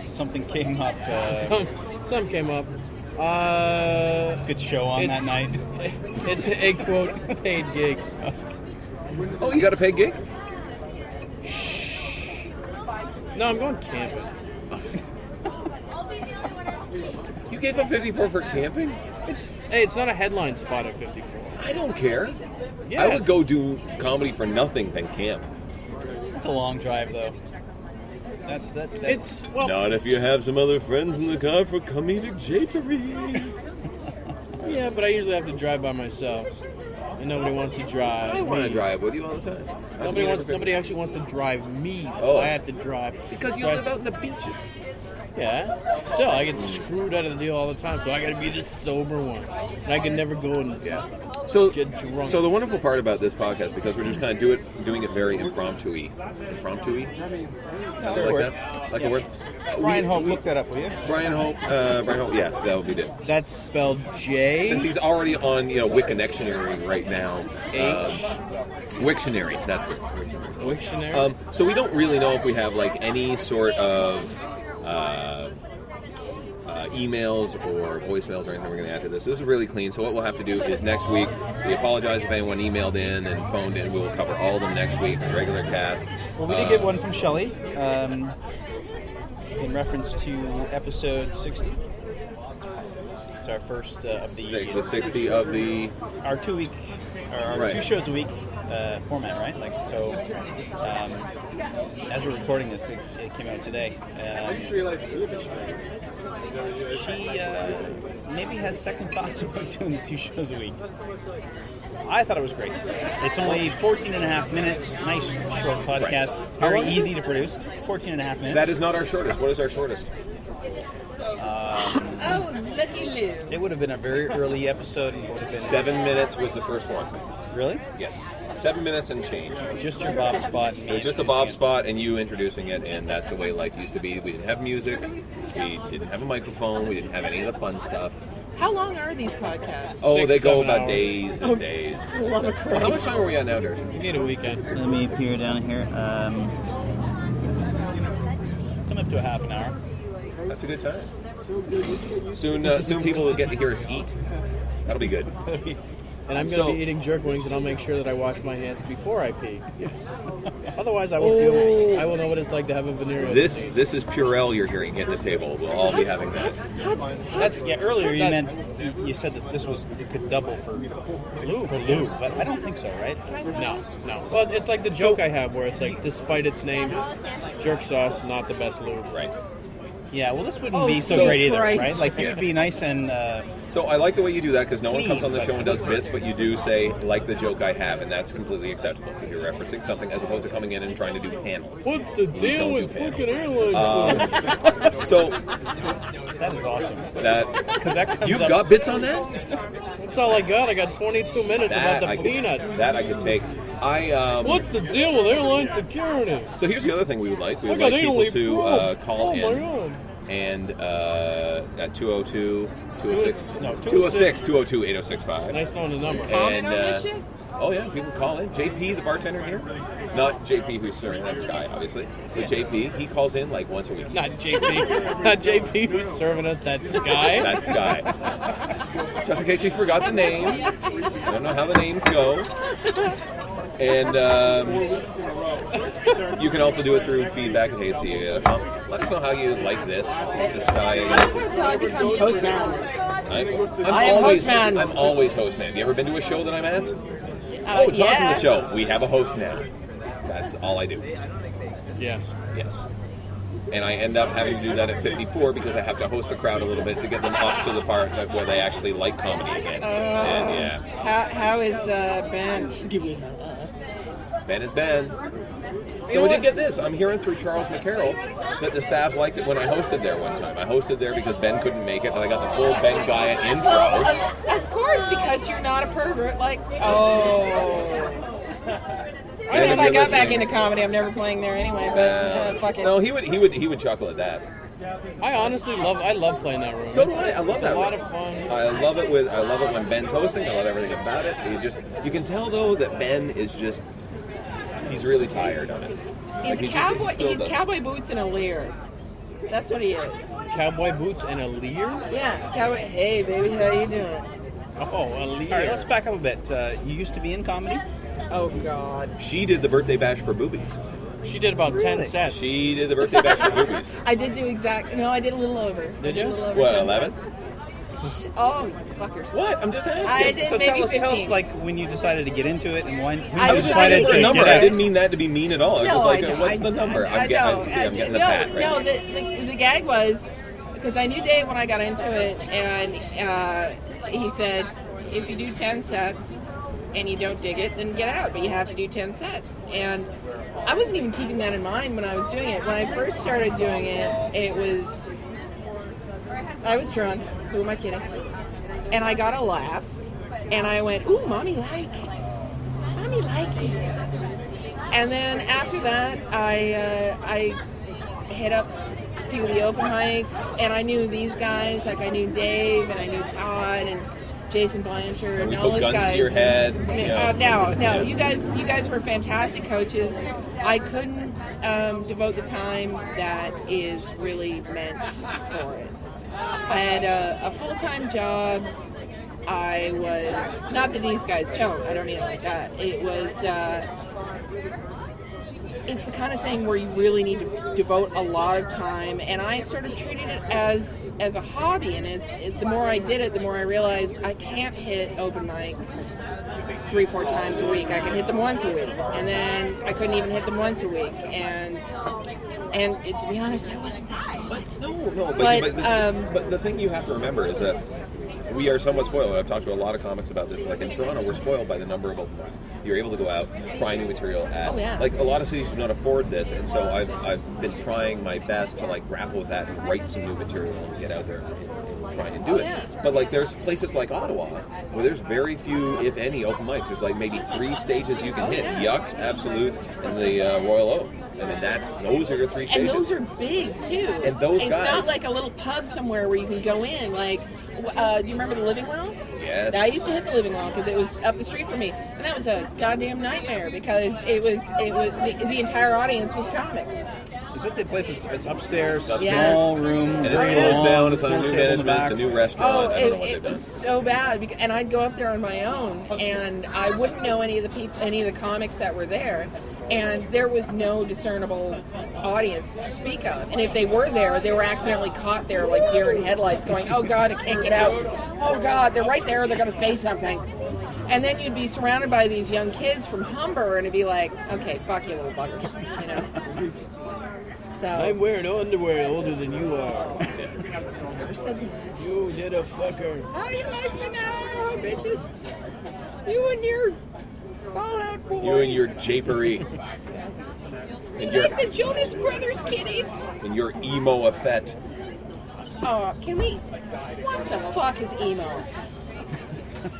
E: Something came up. Uh,
C: Something came up. Uh,
E: good show on that night.
C: it's a quote paid gig.
B: Oh, you got a paid gig?
C: No, I'm going camping.
B: You gave up 54 for camping?
C: It's hey, it's not a headline spot at 54.
B: I don't care.
C: Yeah,
B: I would go do comedy for nothing than camp.
E: It's a long drive, though. That, that, that,
C: It's well,
B: Not if you have some other friends in the car for comedic japery.
C: yeah, but I usually have to drive by myself, and nobody wants to drive.
B: I want to
C: me.
B: drive with you all the time. I
C: Nobody
B: mean,
C: wants.
B: everybody-
C: Nobody actually wants to drive me.
B: Oh.
C: I have to drive
B: Because you
C: So I-
B: live out in the beaches.
C: Yeah. Still, I get screwed out of the deal all the time, so I got to be the sober one, and I can never go and
B: So,
C: Get drunk.
B: so the wonderful part about this podcast, because we're just kind of do it, doing it very impromptu-y. Impromptu-y? Sounds like
E: word.
B: that? Like a word?
E: Brian Hope, look that up, will you?
B: Brian Hope, uh, Brian Hope, yeah, that would be it.
C: That's spelled
B: Since
C: J
B: he's already on, you know, Wiktionary right now.
C: H.
B: Um, Wiktionary, that's it. Wiktionary.
C: Wiktionary.
B: Um, so we don't really know if we have like any sort of uh, uh, emails or voicemails or anything we're going to add to this. This is really clean. So what we'll have to do is next week. We apologize if anyone emailed in and phoned in. We will cover all of them next week on the regular cast. Uh,
E: Well, we did get one from Shelley um, in reference to episode 60. It's our first uh, of the
B: Six, the sixty of the
E: our two week or our
B: Right.
E: two shows a week uh, format, right? Like so. Um, as we're recording this, it, it came out today. Um, she uh, maybe has second thoughts about doing the two shows a week. I thought it was great. It's only 14 and a half minutes. Nice short podcast. Very easy to produce. 14 and a half minutes.
B: that is not our shortest. What is our shortest?
D: Oh, lucky Lou.
E: it would have been a very early episode. and would have been-
B: Seven minutes was the first one.
E: Really?
B: Yes, seven minutes and change.
E: Just your Bob spot. and me
B: It was just a
E: introducing
B: bob
E: it.
B: spot and you introducing it, and that's the way life used to be. We didn't have music, we didn't have a microphone, we didn't have any of the fun stuff.
D: How long are these podcasts?
B: Oh,
C: Six,
B: they go
C: seven
B: about
C: hours.
B: days and days.
D: Love of
B: Well, how much time are we on now, Darcy?
C: You need a weekend.
E: Let me peer down here. Um, come up to a half an hour.
B: That's a good time. Soon, uh, soon people will get to hear us eat. That'll be good.
C: And I'm going to
B: So-
C: be eating jerk wings, and I'll make sure that I wash my hands before I pee.
B: Yes.
C: Otherwise, I will
B: Oh.
C: feel. I will know what it's like to have a venereal
B: This
C: disease.
B: this is Purell you're hearing hitting the table. We'll all be having that.
E: That's yeah. Earlier you
C: That-
E: meant you, you said that this was it could double for
C: Lou.
E: for Lou, but I don't think so, right?
C: No, no. Well, it's like the joke I have where it's like, despite its name, jerk sauce is not the best lube.
B: Right.
E: Yeah. Well, this wouldn't
D: Oh,
E: be so
B: so
E: great either,
D: Christ.
E: right? Like you would be nice and uh,
B: So I like the way you do that because no one comes on the show and does bits, but you do say like the joke I have, and that's completely acceptable because you're referencing something as opposed to coming in and trying to do panel.
C: What's the
B: deal with frickin'
C: airlines?
B: Uh, So
E: that is awesome.
B: that
E: 'Cause that comes
B: you've
E: up-
B: got bits on that.
C: That's all I got. I got 22 minutes
B: That I
C: about the
B: could-
C: peanuts.
B: that I could take. I um,
C: What's the deal with airline security?
B: So here's the other thing we would like. We
C: I
B: would
C: got
B: like people
C: anally
B: to uh, call
C: Oh my
B: in
C: god.
B: and uh, at 202, 206,
E: No,
B: 206, 202, 8065.
C: Nice knowing the number.
B: And,
D: on this
B: uh,
D: shit?
B: oh yeah, people call in. JP, the bartender here, not JP who's serving that guy, obviously, but JP, he calls in like once a week.
C: Not JP. Not JP who's serving us that sky.
B: That guy. Just in case you forgot the name, I don't know how the names go. And um, you can also do it through feedback at hayseed.com. Let us know how you like this. This is Sky.
D: How Todd becomes
C: Postman.
D: journalist.
B: I, I'm
D: I am
B: always,
D: host man.
B: I'm always host man. You ever been to a show that I'm at?
D: Uh,
B: oh, Todd's in
D: yeah.
B: the show. We have a host now. That's all I do.
C: Yes.
B: Yes. and I end up having to do that at 54 because I have to host the crowd a little bit to get them up to the part that, where they actually like comedy
D: Oh.
B: again. and yeah,
D: How, how is uh, Ben? Give me a
B: Ben is Ben. No, I did get this. I'm hearing through Charles McCarroll that the staff liked it when I hosted there one time. I hosted there because Ben couldn't make it, and I got the full Ben Gaia
D: Well,
B: intro.
D: of, of course, because you're not a pervert. Like, oh. I
B: And
D: don't know if I
B: you're
D: got back
B: listening-
D: into comedy. I'm never playing there anyway. But uh, fuck it.
B: No, he would he would he would chuckle at that.
C: I honestly love. I love playing that room.
B: So do
C: It's-
B: I. I
C: it's-
B: love
C: it's
B: that
C: A lot
B: room.
C: of fun.
B: I love it with I love it when Ben's hosting. I love everything about it. You just you can tell though that Ben is just he's really tired of it.
D: he's
B: Like, he
D: a
B: just-
D: cowboy.
B: he still
D: he's
B: does-
D: cowboy boots and a leer. That's what he is.
C: Cowboy boots and a leer.
D: Yeah, cowboy. Hey, baby, how you doing?
C: Oh, a leer.
E: All right, let's back up a bit. Uh, you used to be in comedy.
D: Oh God.
B: She did the birthday bash for boobies.
C: She did about ten
D: Really?
C: sets.
B: She did the birthday bash for boobies.
D: I did do exact. No, I did a little over.
C: Did you?
D: A little over
B: What,
D: 10
B: eleven?
D: seconds. Sh- Oh, you fuckers.
B: What? I'm just
D: I
B: asking.
D: did
E: so
D: maybe
E: tell us, tell us,
D: 15.
E: like when you decided to get into it and when who
D: I
B: I was just
D: decided
B: looking for
D: to
B: a number.
E: get
B: I
E: out?
B: didn't mean that to be mean at all. I was just like,
D: know.
B: what's the number?
D: I, I
B: I'm getting.
D: know.
B: See, I'm getting the
D: no,
B: pat right.
D: No, the, the, the gag was because I knew Dave when I got into it, and uh, he said, if you do 10 sets and you don't dig it, then get out, but you have to do 10 sets. And I wasn't even keeping that in mind when I was doing it. When I first started doing it, it was. I was drunk. Who am I kidding? And I got a laugh, and I went, ooh, mommy like. Mommy like you. And then after that, I uh, I hit up a few of the open mics, and I knew these guys. Like I knew Dave, and I knew Todd, and Jason Blanchard, and,
B: we
D: all
B: put
D: those
B: guns to
D: guys.
B: your head,
D: And-
B: you
D: uh,
B: know.
D: no, no,
B: Yeah.
D: you guys, you guys were fantastic coaches. I couldn't um, devote the time that is really meant for it. I had a, a full time job. I was not that these guys don't. I don't mean it like that. It was. Uh, it's the kind of thing where you really need to devote a lot of time and i sort of treated it as as a hobby and as the more i did it the more i realized i can't hit open mics three four times a week i can hit them once a week and then i couldn't even hit them once a week and and it, to be honest i wasn't that good
B: But no, no. But,
D: But,
B: but, the,
D: um,
B: but the thing you have to remember is that we are somewhat spoiled. I've talked to a lot of comics about this. Like in Toronto, we're spoiled by the number of open mics. You're able to go out, try new material. At,
D: Oh, yeah.
B: Like a lot of cities do not afford this, and so I've, I've been trying my best to like grapple with that and write some new material and get out there and try and do
D: Oh,
B: it.
D: yeah.
B: But like there's places like Ottawa where there's very few, if any, open mics. There's like maybe three stages you can
D: Oh,
B: hit:
D: yeah.
B: Yucks, Absolute, and the uh, Royal Oak. And then that's those are your three
D: and
B: stages.
D: those are big too.
B: And those
D: it's
B: guys-
D: not like a little pub somewhere where you can go in. Like, w- uh, do you remember the Living Well?
B: Yes.
D: I used to hit the Living Well because it was up the street from me, and that was a goddamn nightmare because it was it was the, the entire audience was comics.
E: Is it the place? It's, it's upstairs,
D: Yeah.
E: small room.
B: And it's
E: very
B: closed
E: long,
B: down. It's under
E: pool
B: new
E: table in the
B: management. It's a
E: back.
B: new restaurant.
D: Oh,
B: I
D: it,
B: don't know what
D: it
B: they've done.
D: was so bad, because, and I'd go up there on my own, and I wouldn't know any of the people, any of the comics that were there, and there was no discernible audience to speak of. And if they were there, they were accidentally caught there like deer in headlights, going, "Oh God, I can't get out! Oh God, they're right there! They're going to say something." And then you'd be surrounded by these young kids from Humber, and it'd be like, "Okay, fuck you, little buggers," you know.
C: I'm
D: So
C: wearing underwear older than you are. You little fucker.
D: How you like me now, bitches? You and your Fallout Boy.
B: You and your japery. and your
D: like the Jonas Brothers kitties.
B: and your emo effect.
D: Oh, can we? What the fuck is emo?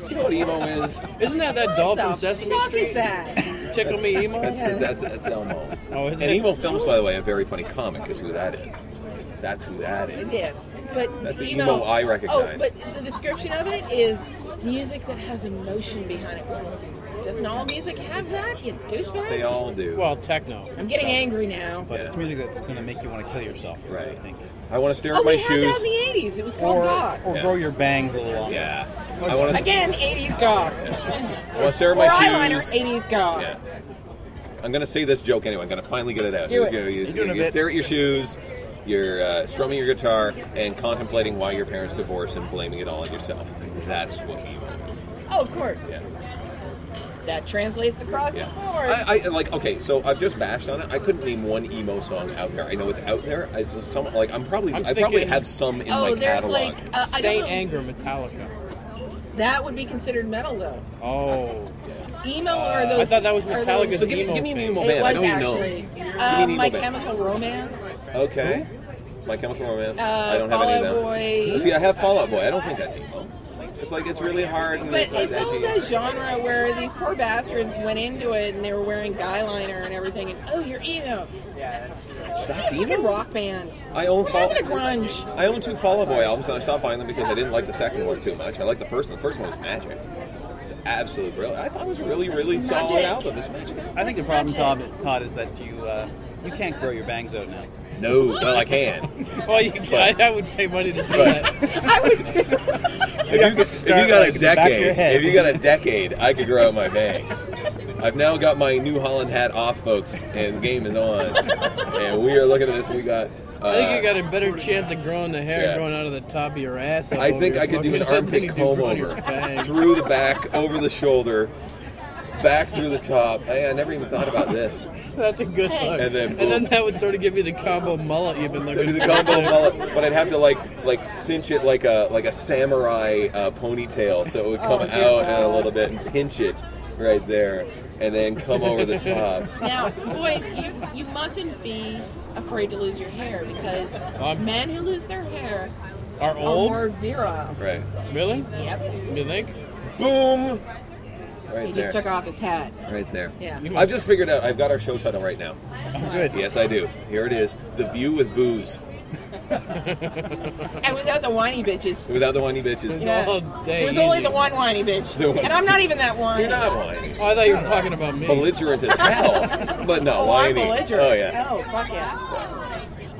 B: You know what emo is?
C: Isn't that that doll
D: What
C: from
D: the
C: Sesame
D: fuck
C: Street?
D: is that?
C: Tickle me emo.
B: That's
D: Okay.
B: that's, that's Elmo.
C: Oh, is
B: and
C: it?
B: emo films, by the way, a very funny comic is who that is. That's who that is.
D: It is, but
B: That's the emo I recognize.
D: Oh, but the description of it is music that has emotion behind it. Doesn't all music have that? You douchebags.
B: They all do.
C: Well, techno.
B: Uh,
D: I'm getting angry now.
E: But
B: Yeah.
E: it's music that's going to make you want to kill yourself.
B: right.
E: I think.
B: I want to stare
D: Oh,
B: at my
D: we had that
B: shoes.
D: in the '80s. It was called
E: Or,
D: goth.
E: or
B: Yeah.
E: grow your bangs a little longer.
B: yeah. I want to.
D: Again, '80s goth.
B: I want to stare
D: Or
B: at my
D: eyeliner,
B: shoes.
D: '80s goth.
B: Yeah. I'm gonna say this joke anyway. I'm gonna finally get it out.
D: Do
B: You're
D: it.
B: gonna, he's
E: You're doing
B: gonna
E: a bit.
B: stare at your shoes. You're uh, strumming your guitar and contemplating why your parents divorced and blaming it all on yourself. That's what emo is.
D: Oh, of course.
B: Yeah.
D: that translates across
B: Yeah.
D: the board.
B: I, I like okay, so I've just bashed on it. I couldn't name one emo song out there. I know it's out there. I so some like I'm probably
C: I'm
B: I probably
C: thinking-
B: have some in
D: oh,
B: my
D: there's
B: catalog.
D: like uh, I
C: Say
D: don't know.
C: anger, Metallica.
D: That would be considered metal though.
C: Oh,
B: Uh,
D: Emo or those?
C: I thought that was
D: are those-
C: Metallica's
B: so give,
C: emo
B: give me an
C: thing.
B: emo
D: it
B: band. I
D: was
B: don't
D: actually.
B: know.
D: Uh,
B: Give me an emo
D: my
B: band.
D: Chemical Romance.
B: Okay. My Chemical Romance.
D: Uh,
B: I don't have any of
D: Fall Out
B: that.
D: Boy.
B: See, I have Fall Out Boy. I don't think that's emo. It's like it's really hard. And
D: But
B: like
D: it's all
B: edgy.
D: the genre where these poor bastards went into it and they were wearing guy liner and everything, and oh, you're emo.
B: That's
D: Fucking
B: emo.
D: rock band.
B: I own
D: What
B: Fall.
D: happened to grunge?
B: I own two Fall Out Boy albums, and I stopped buying them because I didn't like the second one too much. I liked the first one. The first one was magic. It's absolutely brilliant. I thought it was a really, really solid
D: Magic.
B: album. This magic album.
E: I think the problem, Todd, Todd is that you uh, you can't grow your bangs out now.
B: No, well I can.
C: well, you, I, I would pay money to see
B: But-
C: that.
D: I would too.
B: If you, if you
E: start,
B: got
E: like,
B: a
E: in the back of your
B: decade,
E: head.
B: if you got a decade, I could grow out my bangs. I've now got my New Holland hat off, folks, and the game is on. And we are looking at this. We got. Uh,
C: I think you got a better chance of growing the hair
B: Yeah.
C: growing out of the top of your ass.
B: I think I could do an armpit comb over, through the back, over the shoulder, back through the top. Hey, I never even thought about this.
C: That's a good look.
B: And
C: And
B: then
C: then, that would sort of give you the combo mullet you've been
B: That'd
C: looking
B: be the
C: for.
B: combo mullet, but I'd have to like like cinch it like a like a samurai uh, ponytail, so it would come
D: Oh,
B: out
D: dear
B: in a
D: God.
B: little bit and pinch it right there, and then come over the top.
D: Now, boys, you you mustn't be afraid to lose your hair because
C: Um,
D: men who lose their hair
C: Are
D: are
C: old?
D: more virile.
B: Right.
C: Really?
D: Yep.
C: You think?
B: Boom. Right
D: He
B: there.
D: just took off his hat.
B: right there.
D: Yeah.
B: I've just figured out. I've got our show title right now.
E: Oh, good.
B: Yes, I do. Here it is. The View with Booze,
D: And without the whiny bitches.
B: without the whiny bitches.
D: Yeah.
C: Oh, dang,
D: there was only
C: easy.
D: the one whiny bitch.
B: The one-
D: And I'm not even that whiny.
B: You're not whiny.
C: Oh, I thought you were talking about me.
B: Belligerent as hell, but not
D: Oh, I'm
B: whiny.
D: belligerent.
B: Oh yeah.
D: Oh, fuck yeah.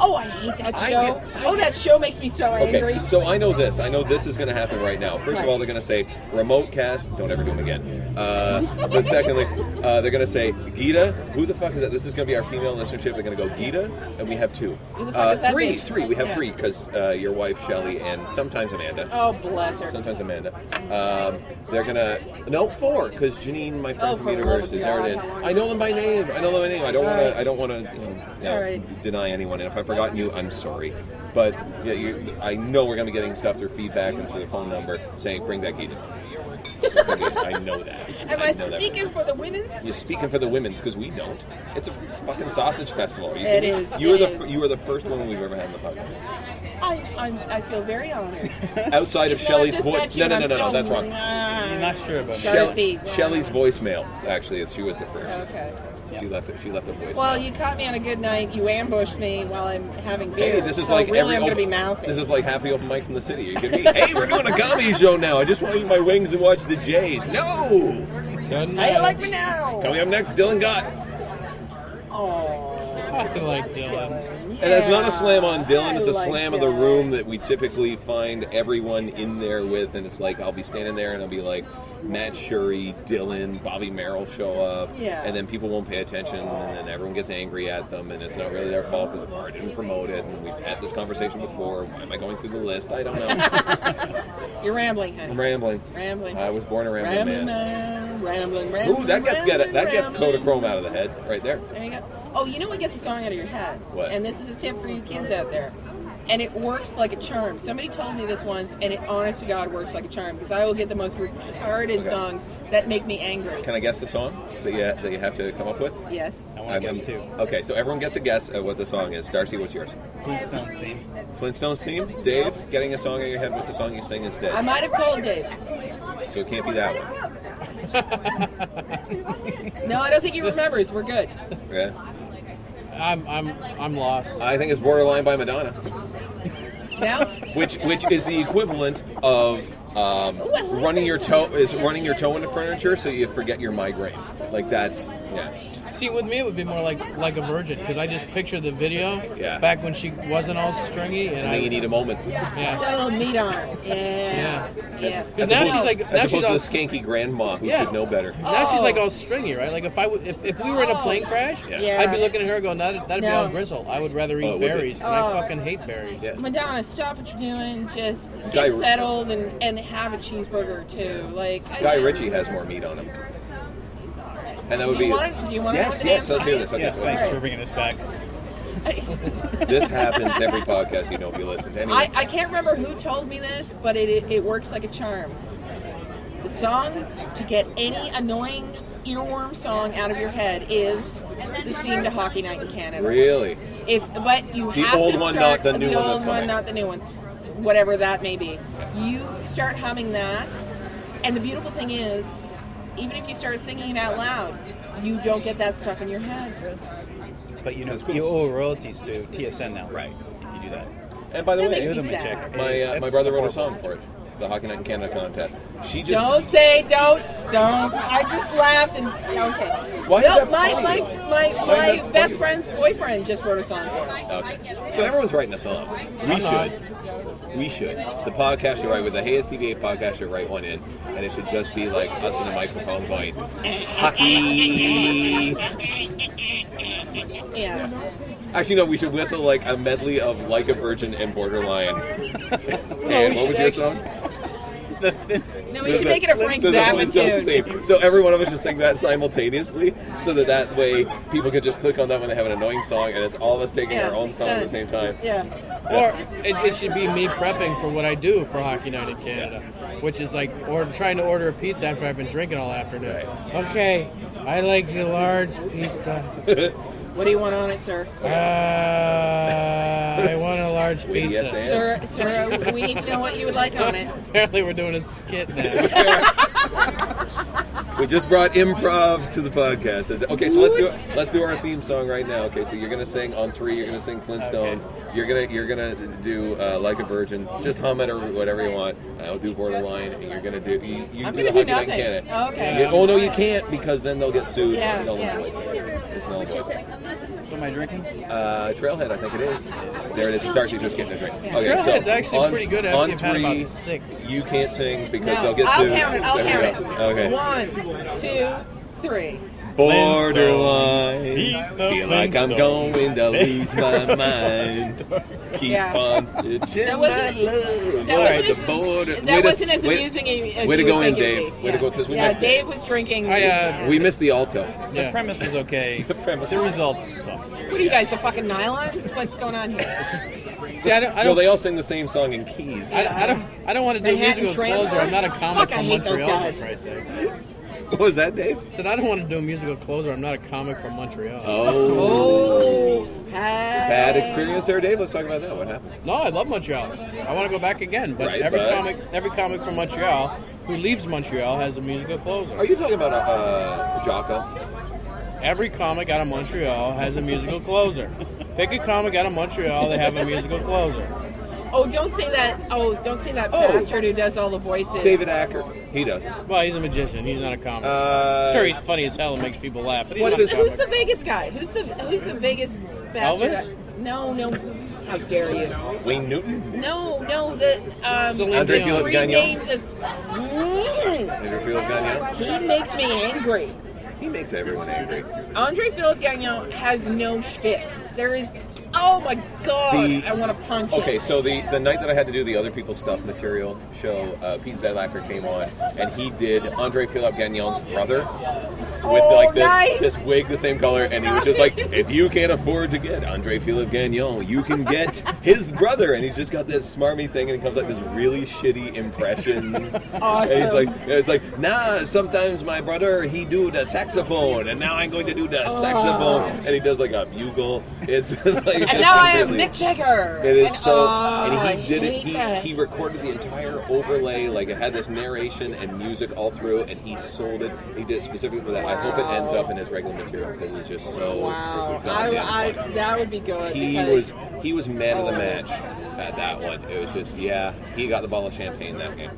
D: Oh, I hate that
B: I
D: show.
B: get- I
D: oh, that show makes me so angry.
B: Okay, so I know this. I know this is going to happen right now. First of
D: Right.
B: all, they're going to say remote cast. Don't ever do them again. Uh, but secondly, uh, they're going to say Gita. Who the fuck is that? This is going to be our female listenership. They're going to go Gita, and we have two.
D: Who the fuck
B: Uh,
D: is that
B: three,
D: bitch?
B: three. We have
D: Yeah.
B: three because uh, your wife Shelly and sometimes Amanda.
D: oh, bless her.
B: Sometimes Amanda. Um, they're gonna no four because Janine, my friend
D: Oh,
B: from
D: for the love of
B: university, there it is.
D: God.
B: I know them by name. I know them by name. I don't want
D: Alright.
B: to. I don't want to you know, yeah,
D: Alright.
B: deny anyone. And if I've forgotten you, I'm sorry. But yeah, you, I know we're gonna be getting stuff through feedback and through the phone number saying bring back Eden. It's gonna be- I know that.
D: Am
B: I
D: I
B: know that.
D: speaking for the women's?
B: You're speaking for the women's because we don't. It's a it's a fucking sausage festival. You
D: It is,
B: You are
D: it
B: the
D: is.
B: you are the first woman we've ever had in the podcast.
D: I, I'm, I feel very honored.
B: Outside of
D: No, I
B: Shelley's
D: just met
B: voice.
D: you
B: No,
D: and
B: no, no, no,
D: I'm
B: no.
D: still-
B: That's wrong.
E: I'm not sure about
D: Sure.
E: that.
D: Darcy.
B: Shelley- Shelley's voicemail. Actually, she was the first.
D: Okay.
B: She left. A, she left a voicemail.
D: Well, you caught me on a good night. You ambushed me while I'm having beer.
B: hey, this is
D: so
B: like
D: really
B: every.
D: I'm going to
B: open-
D: be mouthy.
B: This is like half the open mics in the city. Are you kidding me? hey, we're doing a comedy show now. I just want to eat my wings and watch the Jays. No.
C: Doesn't
D: How you
C: matter.
D: like me now?
B: Coming up next, Dylan Gott.
D: Oh.
C: I like Dylan.
B: And that's not a slam on Dylan.
D: I
B: It's a
D: like
B: slam of the room that we typically find everyone in there with. And it's like I'll be standing there and I'll be like. Matt Shuri, Dylan, Bobby Merrill show up,
D: Yeah.
B: and then people won't pay attention, and then everyone gets angry at them, and it's not really their fault because I didn't promote it, and we've had this conversation before. Why am I going through the list? I don't know.
D: You're rambling, honey.
B: I'm rambling.
D: Rambling.
B: I was born a rambling,
D: Rambling,
B: man.
D: on, rambling, rambling.
B: Ooh, that gets get
D: rambling,
B: that gets
D: rambling.
B: Kodachrome out of the head right there.
D: There you go. Oh, you know what gets a song out of your head?
B: What?
D: And this is a tip for you kids out there. And it works like a charm. Somebody told me this once, and it, honest to God, works like a charm because I will get the most retarded
B: Okay.
D: songs that make me angry.
B: Can I guess the song that you, that you have to come up with?
D: Yes.
E: I want to guess
B: I'm-
E: too.
B: Okay, so everyone gets a guess at what the song is. Darcy, what's yours?
E: Flintstones theme.
B: Flintstones theme. Dave, getting a song in your head. What's the song you sing
D: I
B: instead?
D: might have told Dave.
B: So it can't be that one.
D: No, I don't think he remembers. We're good.
B: Yeah.
C: I'm I'm I'm lost.
B: I think it's borderline by Madonna,
D: Now,
B: which which is the equivalent of um, running your toe is running your toe into furniture so you forget your migraine. Like that's yeah.
C: See, with me, it would be more like like a virgin because I just picture the video
B: Yeah.
C: back when she wasn't all stringy, and
B: I think you
C: I
B: need a moment.
D: got
C: yeah.
D: a little meat on her. Yeah. Yeah.
C: Because now
B: opposed-
C: she's like
B: As
C: now she's
B: opposed
C: all
B: to the skanky grandma who
C: Yeah.
B: should know better.
C: Now she's like
D: Oh.
C: all stringy, right? Like if I would, if, if we were in a plane crash,
B: Yeah.
D: Yeah.
C: I'd be looking at her going, that'd, that'd be
D: No.
C: all gristle. I would rather eat
B: Oh, it would be.
C: berries, and I
D: Oh.
C: fucking hate berries.
B: Yeah.
D: Madonna, stop what you're doing. Just get
B: Guy-
D: settled and, and have a cheeseburger too. Like I-
B: Guy Ritchie has more meat on him. And that would
D: Do
B: be
D: you want- do you want to
B: yes,
D: go to
B: yes.
D: Dan
B: Let's hear this.
D: Science?
B: Let's
E: Yeah,
B: hear this.
E: thanks for bringing us back.
B: This happens every podcast. You know, if you listen. Anyway,
D: I, I can't remember who told me this, but it, it, it works like a charm. The song to get any annoying earworm song out of your head is the theme to Hockey Night in Canada.
B: really,
D: If but you
B: The
D: have
B: old
D: to
B: one,
D: start
B: not the new one that's
D: old
B: coming.
D: one, not the new one, whatever that may be. You start humming that, and the beautiful thing is, even if you start singing it out loud, you don't get that stuck in your head.
E: But you know,
B: That's cool.
E: you owe royalties to TSN now, right? If you do that,
B: and by the
D: That
B: way,
D: makes
E: Pay
D: me
E: them a
D: sad.
E: check.
B: my
E: It's-
B: uh, my
E: that's
B: brother wrote a
E: horrible.
B: song for it, the Hockey Night in Canada contest. She just
D: Don't say don't don't. I just laughed and okay.
B: Why is
D: no,
B: that
D: my,
B: funny?
D: my my
B: Why is
D: my
B: that
D: best
B: funny?
D: friend's boyfriend just wrote a song for it.
B: Okay. So everyone's writing a song. We
C: I'm not.
B: should. We should. The podcast should write with the Hey STVA podcast should write one in, and it should just be like us in a microphone going hockey.
D: Yeah.
B: Actually, no. We should whistle like a medley of Like a Virgin and Borderline. and what
D: should
B: was your
D: make-
B: song?
D: No, we should make it a Frank
B: So the
D: Zappa
B: Flintstones
D: tune.
B: theme. So every one of us should sing that simultaneously, so that that way people can just click on that when they have an annoying song, and it's all of us taking
D: Yeah,
B: our own song at the
D: done.
B: same time.
D: Yeah.
C: Or it, it should be me prepping for what I do for Hockey Night in Canada, which is like or trying to order a pizza after I've been drinking all afternoon. Okay, I like your large pizza.
D: What do you want on it, sir?
C: Uh, I Uh, want a large
B: Wait,
C: pizza.
B: yes, and?
D: Sir, sir, we need to know what you would like on it.
C: Apparently, we're doing a skit now.
B: We just brought improv to the podcast. Is it- Okay, so let's do let's do our theme song right now. Okay, so you're gonna sing on three. You're gonna sing Flintstones. You're gonna you're gonna do uh, like a virgin. Just hum it or whatever you want. I'll do borderline, and you're gonna do you, you
D: I'm
B: do the
D: gonna
B: hockey
D: do
B: night and
D: nothing.
B: can it.
D: Okay.
B: You- oh no, you can't because then they'll get sued.
D: Yeah,
B: They'll-
D: yeah.
B: it's null and void.
E: what am I drinking?
B: Uh, Trailhead, I think it is. There it is. Darcy's just getting a drink. Okay,
C: Trailhead's
B: so
C: actually
B: on-
C: pretty good after
B: on
C: you've had
B: three,
C: about six.
B: You can't sing because
D: No,
B: they'll get
D: I'll
B: sued.
D: count it. I'll
B: There we
D: count
B: go.
D: it.
B: Okay.
D: One, two, three.
B: Borderline.
E: Eat the
B: Feel like I'm
E: Flintstones.
B: going to lose my mind. Keep
D: Yeah.
B: on itching
D: That
B: my
D: wasn't-
B: love.
D: That
B: All right,
D: wasn't, as,
B: the border.
D: that
B: Way to-
D: wasn't as
B: way-
D: amusing as
B: Way to
D: you
B: go
D: would
B: in,
D: think it would
B: Dave.
D: be.
B: Way
D: yeah.
B: to go because we
D: yeah,
B: missed
D: Dave
B: it.
D: was drinking.
C: I, uh,
B: We missed the alto.
E: The
C: Yeah.
E: premise was okay. The,
B: premise-
E: results sucked.
D: what are you guys, the fucking nylons? What's going on here?
C: See, I don't, I
B: No,
C: don't,
B: they all sing the same song in keys.
C: I, I don't, I don't want to do
D: Manhattan
C: musical closer.
D: Transport?
C: I'm not a comic
D: Fuck, I
C: from
D: hate those
C: Montreal.
D: guys.
C: For Christ's sake.
B: What was that, Dave?
C: I said I don't want to do a musical closer. I'm not a comic from Montreal.
B: Oh. Bad
D: Bad
B: experience there, Dave. Let's talk about that. What happened?
C: No, I love Montreal. I want to go back again. But
B: Right,
C: every
B: but-
C: comic, every comic from Montreal who leaves Montreal has a musical
B: Are
C: closer.
B: you talking about uh, Jocko?
C: Every comic out of Montreal has a musical closer. Pick a comic out of Montreal, they have a musical closer.
D: Oh, don't say that. Oh, don't say that
B: Oh.
D: bastard who does all the voices.
B: David Acker. He does.
C: Well, he's a magician. He's not a comic.
B: Uh,
C: sure, he's funny as hell and makes people laugh. But he's
B: What's
C: not a
B: his-
C: comic.
D: Who's the Vegas guy? Who's the Who's the Vegas bastard?
C: Elvis?
D: No, no. How dare you?
B: Wayne Newton.
D: No, no. The um,
C: Celine
B: Andre
C: Dion.
B: Philippe
D: rename
B: Gagnon.
D: the. Mm,
B: Andrew Philippe Gagnon.
D: he makes me angry.
B: He makes everyone angry.
D: Andre Philippe Gagnon has no shtick. There is. Oh my god!
B: The-
D: I want to punch him.
B: Okay, so the, the night that I had to do the other people's stuff material show, uh, Pete Zedlacker came on, and he did Andre Philippe Gagnon's brother with
D: Oh,
B: like this
D: nice.
B: this wig the same color, and he was just like, if you can't afford to get Andre Philippe Gagnon, you can get his brother, and he's just got this smarmy thing, and it comes like this really shitty impressions. And he's
D: Awesome.
B: like, and it's like, nah. Sometimes my brother he do the saxophone, and now I'm going to do the saxophone, and he does like a bugle. It's like
D: Oh. And now I am
B: completely-
D: Mick Jagger.
B: it is
D: And,
B: so,
D: oh,
B: and he did
D: I
B: it.
D: hate
B: He,
D: that.
B: he recorded the entire overlay, like it had this narration and music all through, and he sold it. He did it specifically for that. I hope it ends up in his regular material because it's just so.
D: Wow,
B: goddamn
D: I, I,
B: funny.
D: that would be good.
B: he
D: because- Oh.
B: was he was man of the match at that one. It was just yeah, he got the bottle of champagne that game.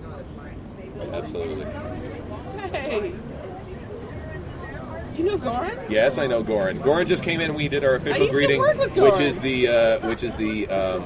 B: Absolutely.
D: Hey. You know Goran?
B: Yes, I know Goran. Goran just came in. We did our official
D: used to
B: greeting,
D: work with
B: which
D: Goran.
B: is the uh, which is the um,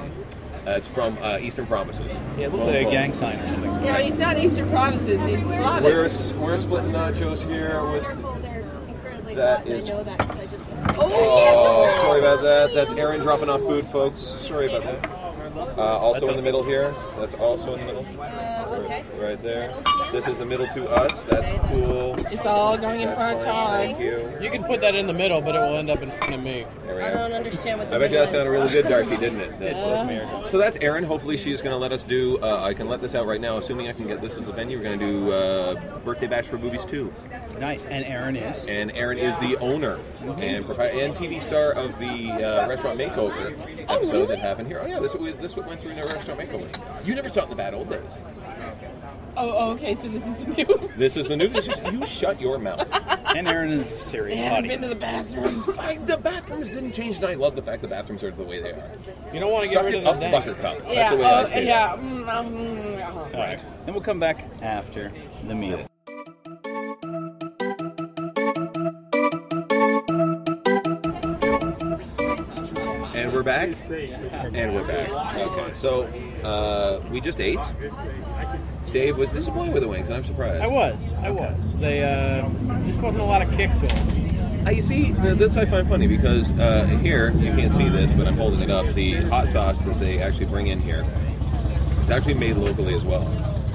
B: uh, it's from uh, Eastern Promises.
E: Yeah, it looked like a gang sign or something.
D: No, he's not Eastern Provinces. He's Slavic.
B: We're we're splitting nachos here with.
F: Careful, they're incredibly
B: That
F: hot, and
B: is-
F: I know that because I just.
D: Oh,
B: uh, Oh, sorry about that. That's Aaron dropping off food, folks. Sorry about that. Uh, also
E: That's
B: in the
E: us.
B: middle here. That's also in the middle.
F: Uh, okay.
B: Right there.
F: This
B: This is the middle to us. That's
F: Okay, that's-
B: cool.
D: It's all going in
B: That's
D: front of
B: fine.
D: Todd.
B: Thank you.
C: You can put that in the middle, but it will end up in front of me.
B: There we
F: I
B: go.
F: don't understand what the
B: I bet you that
F: video
B: sounded
F: is.
B: really good, Darcy, didn't it? That's
D: Yeah.
B: it. So that's Erin. Hopefully, she's going to let us do. Uh, I can let this out right now, assuming I can get this as a venue. We're going to do uh, birthday bash for boobies too.
E: Nice. And Aaron is.
B: And Erin is the owner and propri- and TV star of the uh, restaurant makeover episode that happened here. Oh yeah, this what we, this what went through in our restaurant makeover. You never saw it in the bad old days.
D: Oh, oh, okay. So this is the new.
B: This is the new. This is, you shut your mouth.
E: And Aaron is a serious
D: Yeah, I've been to
E: hottie.
D: the bathrooms.
B: I, the bathrooms didn't change, and I love the fact the bathrooms are the way they are.
C: You don't want to get
B: Suck
C: rid
B: it
C: of
B: up,
C: the dank.
B: Buttercup. That's
D: yeah.
B: the way
D: oh,
B: I say it.
D: yeah. mm, mm, mm,
E: All right. Then we'll come back after the meal.
B: And we're back. And we're back. Okay. So uh, we just ate. Dave was disappointed with the wings, and I'm surprised.
C: I was. I was. They uh, just wasn't a lot of kick to them.
B: Uh, you see, th- this I find funny because uh, here you can't see this, but I'm holding it up. The hot sauce that they actually bring in here, it's actually made locally as well,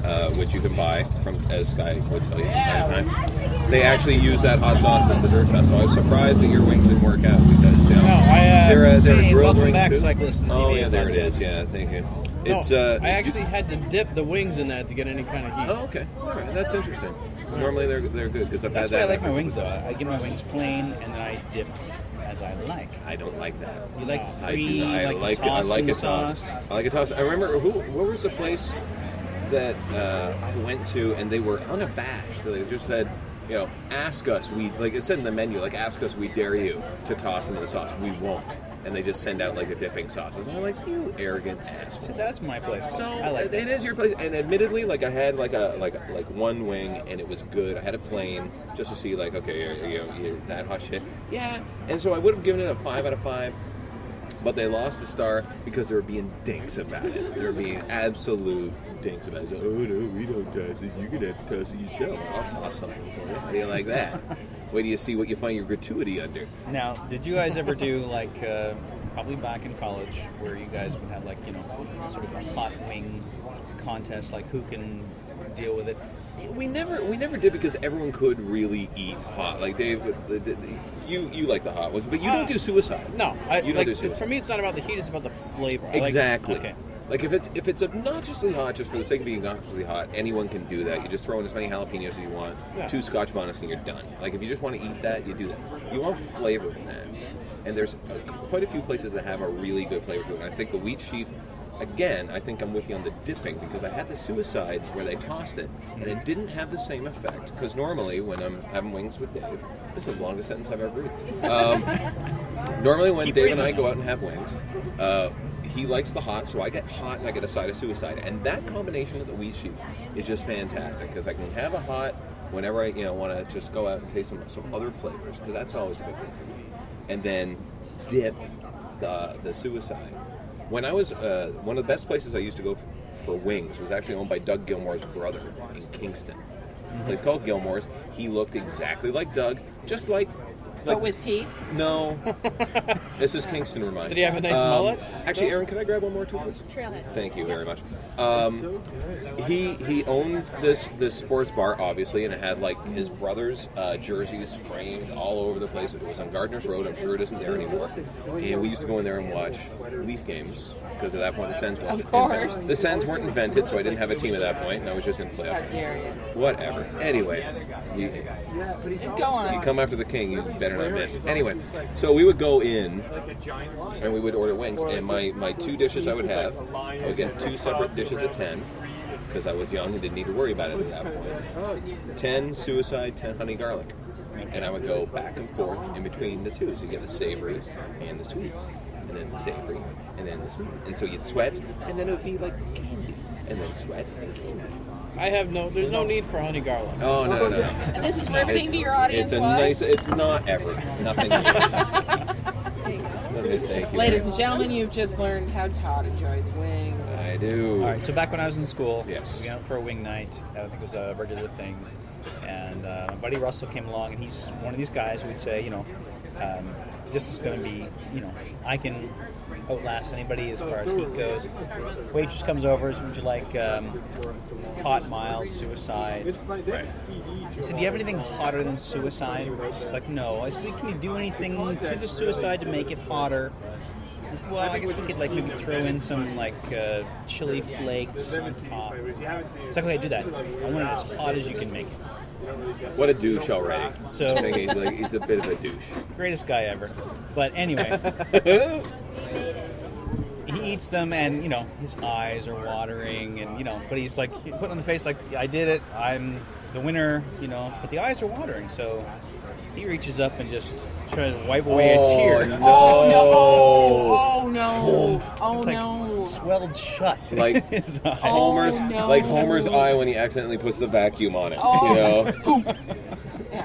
B: uh, which you can buy from as Sky would tell you. from time to time. They actually use that hot sauce at the Dirt Festival. I'm surprised that your wings didn't work out because you know,
C: No, I, uh,
B: they're a, they're
E: Hey,
B: a grilled
E: welcome
B: wing
E: back,
B: too.
E: Cyclist and
B: oh
E: TV
B: yeah, there it
E: podcast.
B: is. Yeah, thank you.
C: No,
B: It's uh,
C: I actually had to dip the wings in that to get any kind of heat.
B: Oh, okay. All right. That's interesting. Normally they're, they're good because I've
E: That's
B: had
E: why I
B: that.
E: like my wings though. I get my wings plain and then I dip as I like.
B: I don't like that.
E: You like the
B: Uh, I do.
E: cream,
B: not- I
E: like,
B: like
E: the
B: it. I
E: tossed
B: like
E: in the
B: a toss.
E: sauce.
B: I like a toss. I remember who? What was the place that uh, I went to and they were unabashed. They just said, you know, ask us. We like it said in the menu, like ask us. We dare you to toss into the sauce. We won't. And they just send out like a dipping sauces. I'm like, you arrogant asshole.
E: So that's my place.
B: So
E: I
D: uh,
E: like
B: it
E: that.
B: is your place, and admittedly, like I had like a like like one wing, and it was good. I had a plane just to see like okay, you you know, you're that hot shit, yeah. And so I would have given it a five out of five, but they lost a star because they were being dinks about it. they were being absolute dinks about it. So, oh no, we don't toss it. You can have to toss it yourself. I'll toss something for you. How do you like that? Wait till you see what you find your gratuity under.
E: Now, did you guys ever do like uh, probably back in college where you guys would have like you know sort of a hot wing contest, like who can deal with it?
B: We never, we never did because everyone could really eat hot. Like Dave, the- the- you you like the hot ones, but you don't do suicide.
C: Uh, No, I,
B: you don't
C: like,
B: do suicide.
C: for me, it's not about the heat; it's about the flavor. I like-
B: exactly.
E: okay.
B: Like if it's if it's obnoxiously hot, just for the sake of being obnoxiously hot, anyone can do that. You just throw in as many jalapenos as you want,
C: Yeah.
B: two Scotch bonnets, and you're done. Like if you just want to eat that, you do that. You want flavor in that, and there's uh, quite a few places that have a really good flavor to it. And I think the wheat sheaf. Again, I think I'm with you on the dipping because I had the suicide where they tossed it, and it didn't have the same effect. Because normally, when I'm having wings with Dave, this is the longest sentence I've ever breathed. Um, Normally, when Dave and I go out and have wings, uh, he likes the hot, so I get hot and I get a side of suicide, and that combination of the wheat sheaf is just fantastic because I can have a hot whenever I you know want to just go out and taste some some other flavors because that's always a good thing for me, and then dip the the suicide. When I was uh, one of the best places I used to go for, for wings was actually owned by Doug Gilmore's brother in Kingston. It's called Gilmore's. He looked exactly like Doug, just like. like
D: But with teeth.
B: no. this is Kingston reminder.
C: Did he have a nice mullet?
B: Actually, Aaron, can I grab one more too, please?
F: Trailhead.
B: Thank you very much. Um, he he owned this this sports bar obviously, and it had like his brother's uh, jerseys framed all over the place. It was on Gardner's Road. I'm sure it isn't there anymore. And we used to go in there and watch Leaf games because at that point the Sens weren't
D: Of course.
B: the Sens weren't invented, so I didn't have a team at that point, and I was just in
D: How
B: playoff.
D: dare you?
B: Whatever. Anyway, you,
D: Go
B: you
D: on.
B: come after the king, you better not miss. Anyway, so we would go in and we would order wings, and my, my two dishes I would have, I would get two separate dishes of 10, because I was young and didn't need to worry about it at that point. 10 suicide, 10 honey garlic. And I would go back and forth in between the two. So you get the savory and the sweet, and then the savory, and then the sweet. And so you'd sweat, and then it would be like candy, and then sweat and candy.
C: I have no. There's no need for honey garlic.
B: Oh, no, no, no. no.
D: And this is riveting to your audience.
B: It's a
D: why?
B: nice. It's not ever. Nothing is. Nothing- Thank you.
D: Ladies and gentlemen, you've just learned how Todd enjoys wings.
B: I do.
E: All right. So back when I was in school,
B: Yes.
E: we went for a wing night. I think it was a regular thing, and uh, my buddy Russell came along, and he's one of these guys who would say, you know, um, this is going to be, you know, I can outlast anybody as far as heat goes. Waitress comes over, says, would you like um, hot, mild, suicide? I said, do you have anything hotter than suicide? She's like, no. I said, "Well, can you do anything to the suicide to make it hotter? I said, well, I guess we could like maybe throw in some like uh, chili flakes on top. It's like, okay, do that. I want it as hot as you can make it.
B: What a douche already.
E: So-
B: I think he's like he's a bit of a douche.
E: Greatest guy ever. But anyway, he eats them, and you know his eyes are watering, and you know, but he's like he's put on the face like I did it. I'm the winner, you know. But the eyes are watering, so he reaches up and just tries to wipe away a tear.
B: Oh, no.
D: Oh no! Oh no! Oh
E: Like,
D: no!
E: swelled shut.
B: Like-
E: his eyes.
D: Oh,
B: Homer's
D: no.
B: like Homer's eye when he accidentally puts the vacuum on it.
D: Oh.
B: You know.
D: Boom.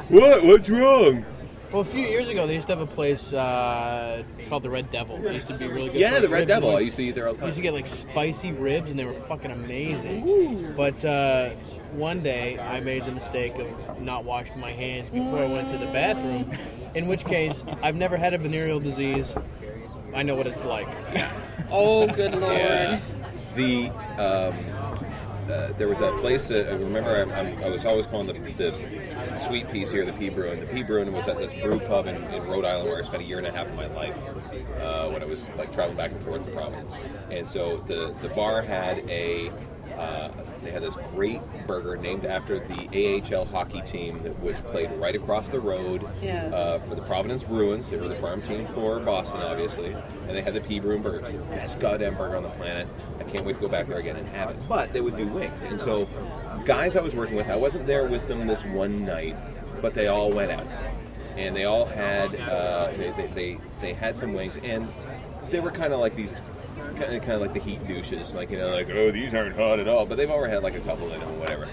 B: What? What's wrong?
C: Well, a few years ago, they used to have a place uh, called the Red Devil. It used to be really good.
B: Yeah,
C: for
B: the Red
C: ribs.
B: Devil. I used to eat there all the
C: I used to
B: time.
C: get like spicy ribs, and they were fucking amazing. But uh, one day, I made the mistake of not washing my hands before I went to the bathroom. In which case, I've never had a venereal disease. I know what it's like.
D: Oh good lord!
B: Yeah. The um, uh, there was a place that I remember I, I'm, I was always calling the, the sweet peas here the pea Bruin. The pea Bruin was at this brew pub in, in Rhode Island where I spent a year and a half of my life uh, when I was like traveling back and forth to Providence. And so the the bar had a uh, they had this great burger named after the AHL hockey team, that, which played right across the road
D: Yeah.
B: uh, for the Providence Bruins. They were the farm team for Boston, obviously, and they had the P Bruin burger, the best goddamn burger on the planet. I can't wait to go back there again and have it. But they would do wings, and so guys I was working with, I wasn't there with them this one night, but they all went out, and they all had uh, they, they, they they had some wings, and they were kind of like these. Kind of, kind of like the heat douches, like you know, like oh these aren't hot at all. But they've already had like a couple in them, whatever.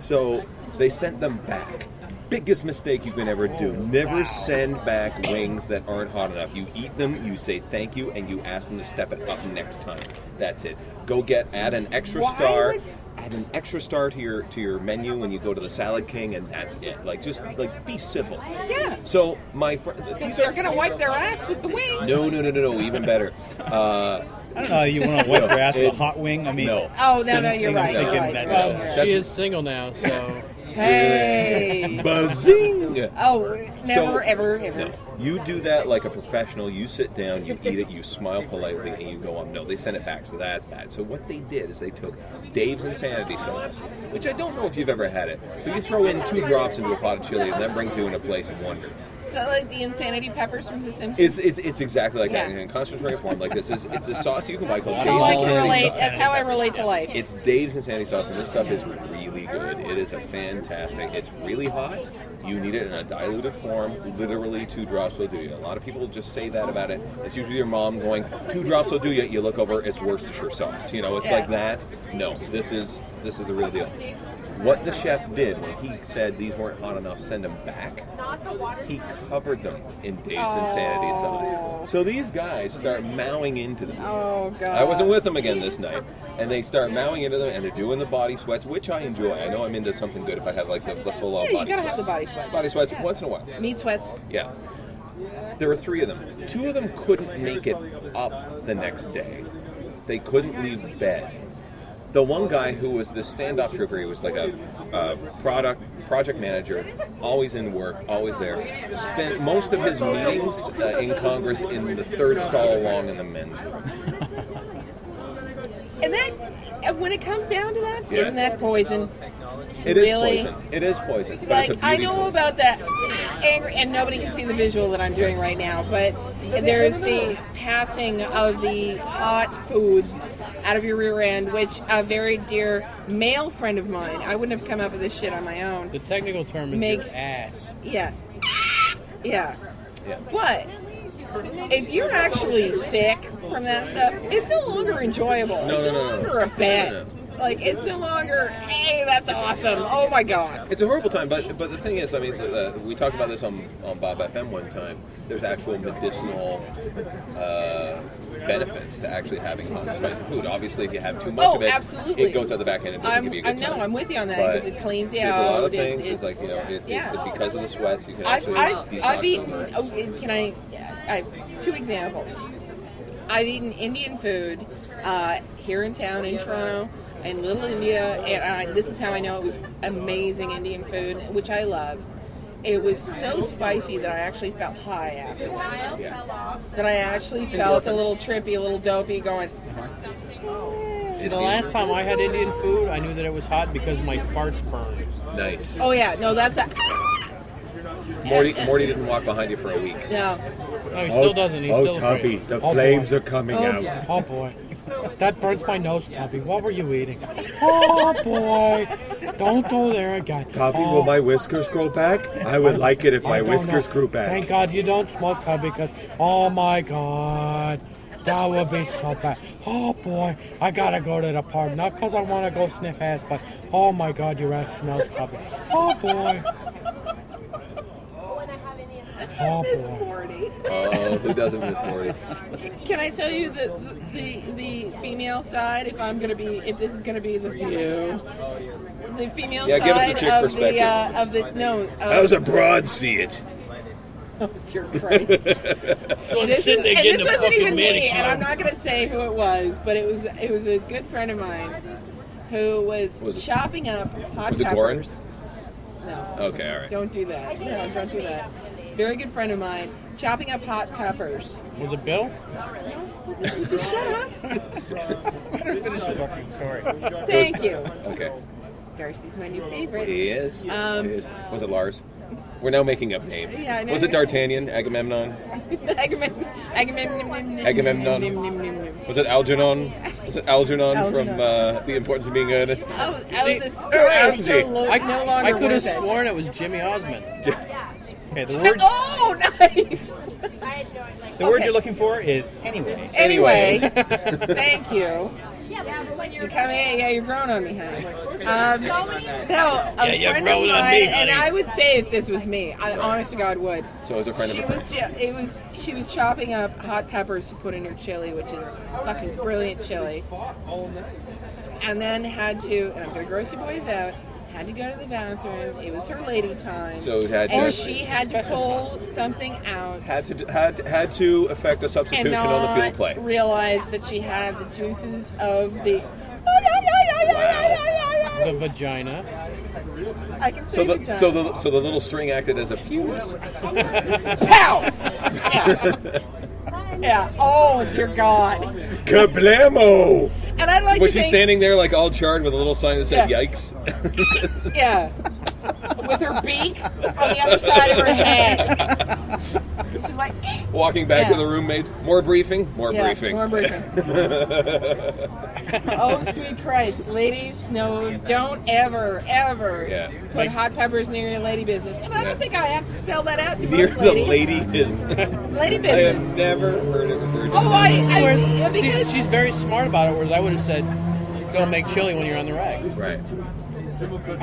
B: So they sent them back. Biggest mistake you can ever do. Never send back wings that aren't hot enough. You eat them, you say thank you, and you ask them to step it up next time. That's it. Go get add an extra star. Add an extra star to your to your menu when you go to the Salad King, and that's it. Like just like be civil.
D: Yeah.
B: So my friend, these
D: They're
B: are
D: gonna wipe their ass with the wings.
B: no no no no no even better. Uh,
E: I don't know. how You want to wipe your ass with
B: It-
E: a hot wing? I mean,
B: no.
D: Oh no no!
E: Doesn't
D: You're
E: think
D: right.
E: they
D: You're
E: can
D: right.
E: match
D: Well,
E: that.
D: you're
B: That's-
C: she is single now, so
D: right. Hey.
B: Buzzing.
D: Oh, never,
B: So-
D: ever, ever.
B: No, you do that like a professional. You sit down, you eat it, you smile politely, and you go on. No, they sent it back, so that's bad. So what they did is they took Dave's Insanity Sauce, which I don't know if you've ever had it, but you throw in two drops into a pot of chili, and that brings you in a place of wonder.
D: Is that like the insanity peppers from The Simpsons?
B: It's it's, it's exactly like that
D: Yeah.
B: in concentrated form. Like this is it's a sauce you can buy called
D: that's how I
B: Dave's
E: all
D: can
E: insanity
B: Insanity
D: relate.
E: sauce.
B: Sauce.
D: That's how I relate to life.
B: It's Dave's Insanity Sauce, and this stuff is really good. It is a fantastic. It's really hot. You need it in a diluted form. Literally, two drops will do you. A lot of people just say that about it. It's usually your mom going, two drops will do you. You look over, it's Worcestershire sauce. You know, it's
D: Yeah.
B: like that. No, this is this is the real deal. What the chef did when he said these weren't hot enough, send them back. He covered them in Dave's Insanity Sauce. So these guys start mowing into them.
D: oh god.
B: I wasn't with them again this night, and they start mowing into them, and they're doing the body sweats, which I enjoy. I know I'm into something good if I have like the, the full on
D: Yeah, you
B: body
D: gotta
B: sweats.
D: have the body sweats.
B: Body sweats once in a while.
D: Meat sweats.
B: Yeah. There were three of them. Two of them couldn't make it up the next day. They couldn't leave bed. The one guy who was the stand-up trooper, he was like a, uh product project manager, always in work, always there. Spent most of his meetings uh, in Congress in the third stall along in the men's room.
D: And that, and when it comes down to that,
B: Yeah.
D: not that poison?
B: It is
D: Really?
B: poison. It is poison. But it's
D: Like
B: a
D: I
B: beauty
D: know
B: poison.
D: about that angry, and nobody can see the visual that I'm doing right now, but there's the passing of the hot foods out of your rear end, which a very dear male friend of mine, I wouldn't have come up with this shit on my own.
C: the technical term is
D: Makes-
C: your ass.
D: Yeah. Yeah.
B: Yeah.
D: But if you're actually sick from that stuff, it's no longer enjoyable.
B: No,
D: it's
B: no, no,
D: no,
B: no.
D: longer a bet.
B: No,
D: Like it's no longer, hey, that's awesome. Oh my god.
B: It's a horrible time, but but the thing is, I mean, uh, we talked about this on, on Bob FM one time. There's actual medicinal uh, benefits to actually having hot and spicy food. Obviously, if you have too much
D: Oh,
B: of it,
D: absolutely.
B: it goes out the back end and doesn't
D: I'm-
B: give you a
D: I
B: good
D: know,
B: time.
D: I'm with you on that,
B: But
D: 'cause it cleans you
B: there's a lot
D: out,
B: of
D: it-
B: things. It's,
D: it's-
B: like you know, it, it-
D: yeah.
B: because of the sweats, you can
D: I've,
B: actually
D: I've,
B: detox
D: I've eaten.
B: them.
D: Oh, can I? I two examples. I've eaten Indian food uh, here in town in Toronto in Little India, and I, this is how I know it was amazing Indian food, which I love. It was so spicy that I actually felt high afterwards. That I actually felt a little trippy, a little dopey, going.
B: Is
C: The
B: he-
C: last time I had Indian food, I knew that it was hot because my farts burned.
B: Nice.
D: Oh yeah, no, that's a
B: Morty, Morty didn't walk behind you for a week.
D: no.
C: No, he still doesn't. He's
F: oh,
C: still
F: Tubby,
C: afraid.
F: the
C: Oh,
F: flames
C: boy.
F: are coming
D: Oh,
F: out.
D: yeah.
C: Oh boy, that burns my nose, Tubby. What were you eating? Oh boy, don't go there again.
F: Tubby,
C: oh.
F: will my whiskers grow back? I would like it if
C: I
F: my
C: don't
F: whiskers
C: know.
F: grew back.
C: Thank God you don't smoke, Tubby, because oh my God, that would be so bad. Oh boy, I gotta go to the park not because I want to go sniff ass, but oh my God, your ass smells, Tubby. Oh boy. Oh
D: Miss
C: boy.
D: Morty.
B: Oh, who doesn't miss
D: Uh,
B: Morty?
D: Can I tell you the the, the female side? If I'm gonna be, if this is gonna be the view, the female
B: Yeah,
D: side
B: give us the chick
D: of
B: perspective.
D: the uh, of the no. Of,
B: a broad see it?
D: dear Christ.
C: So I'm
D: this is,
C: sitting there
D: and
C: getting
D: this
C: a
D: wasn't
C: fucking
D: even me,
C: manicure.
D: and I'm not gonna say who it was, but it was it was a good friend of mine who was,
B: Was it-
D: chopping up hot
B: was it Goran?
D: peppers. No,
B: Okay, all right.
D: don't do that. No, don't do that. Very good friend of mine chopping up hot peppers.
C: Was it Bill?
D: Just shut up.
E: Finish the fucking story.
D: Thank you.
B: Okay.
D: Darcy's my new favorite.
B: He is.
D: Um,
B: He is. Was it Lars? We're now making up names.
D: Yeah, I know.
B: Was it D'Artagnan? Agamemnon?
D: Agamemnon. Agamemnon.
B: Agamemnon. Was it Algernon? Was it Algernon,
D: Algernon.
B: from uh, The Importance of Being Earnest?
D: Oh,
C: See,
D: oh, the story is so
B: Algie.
D: lo-
C: I,
D: no longer
C: I could have
D: worth it.
C: sworn it was Jimmy Osmond.
E: Okay, the word,
D: Oh, nice.
E: the word
D: okay.
E: you're looking for is anyway.
D: Anyway, thank you. You come in, yeah, you're grown on me, honey. Um, no, a
C: Yeah, you're
D: friend
C: grown
D: of
C: on
D: mine,
C: me,
D: and
C: honey.
D: I would say if this was me, I, honest to God, would.
B: So it was a friend
D: She
B: of a friend.
D: was, yeah, it was, she was chopping up hot peppers to put in her chili, which is fucking brilliant chili. And then had to, and I'm gonna gross you boys out. Had to go to the bathroom. It was her lady time.
B: So it had to-
D: and she had to pull something out
B: Had to had had to affect a
D: and
B: substitution
D: not
B: on the field play.
D: realize that she had the juices of the.
C: The vagina.
D: I can
B: So
D: say
B: the
D: vagina.
B: so the so the little string acted as a fuse.
D: pow. yeah. Yeah. Oh dear God.
F: Kablamo!
D: And I like
B: Was
D: to
B: she
D: think,
B: standing there like all charred with a little sign that said
D: Yeah.
B: "Yikes"?
D: Yeah. With her beak on the other side of her head. She's like. eh.
B: Walking back
D: Yeah.
B: with the roommates. More briefing. More
D: Yeah,
B: briefing.
D: more briefing. oh, sweet Christ. Ladies, no, don't ever, ever
B: Yeah.
D: put hot peppers near your lady business. And I
B: Yeah.
D: don't think I have to spell that out to
B: Near
D: most
B: the
D: ladies.
B: lady business.
D: Lady
B: I have
D: business.
B: never heard it referred to.
D: Oh, I, I yeah,
C: See,
D: because
C: she's very smart about it, whereas I would have said, don't make chili when you're on the rag.
B: Right.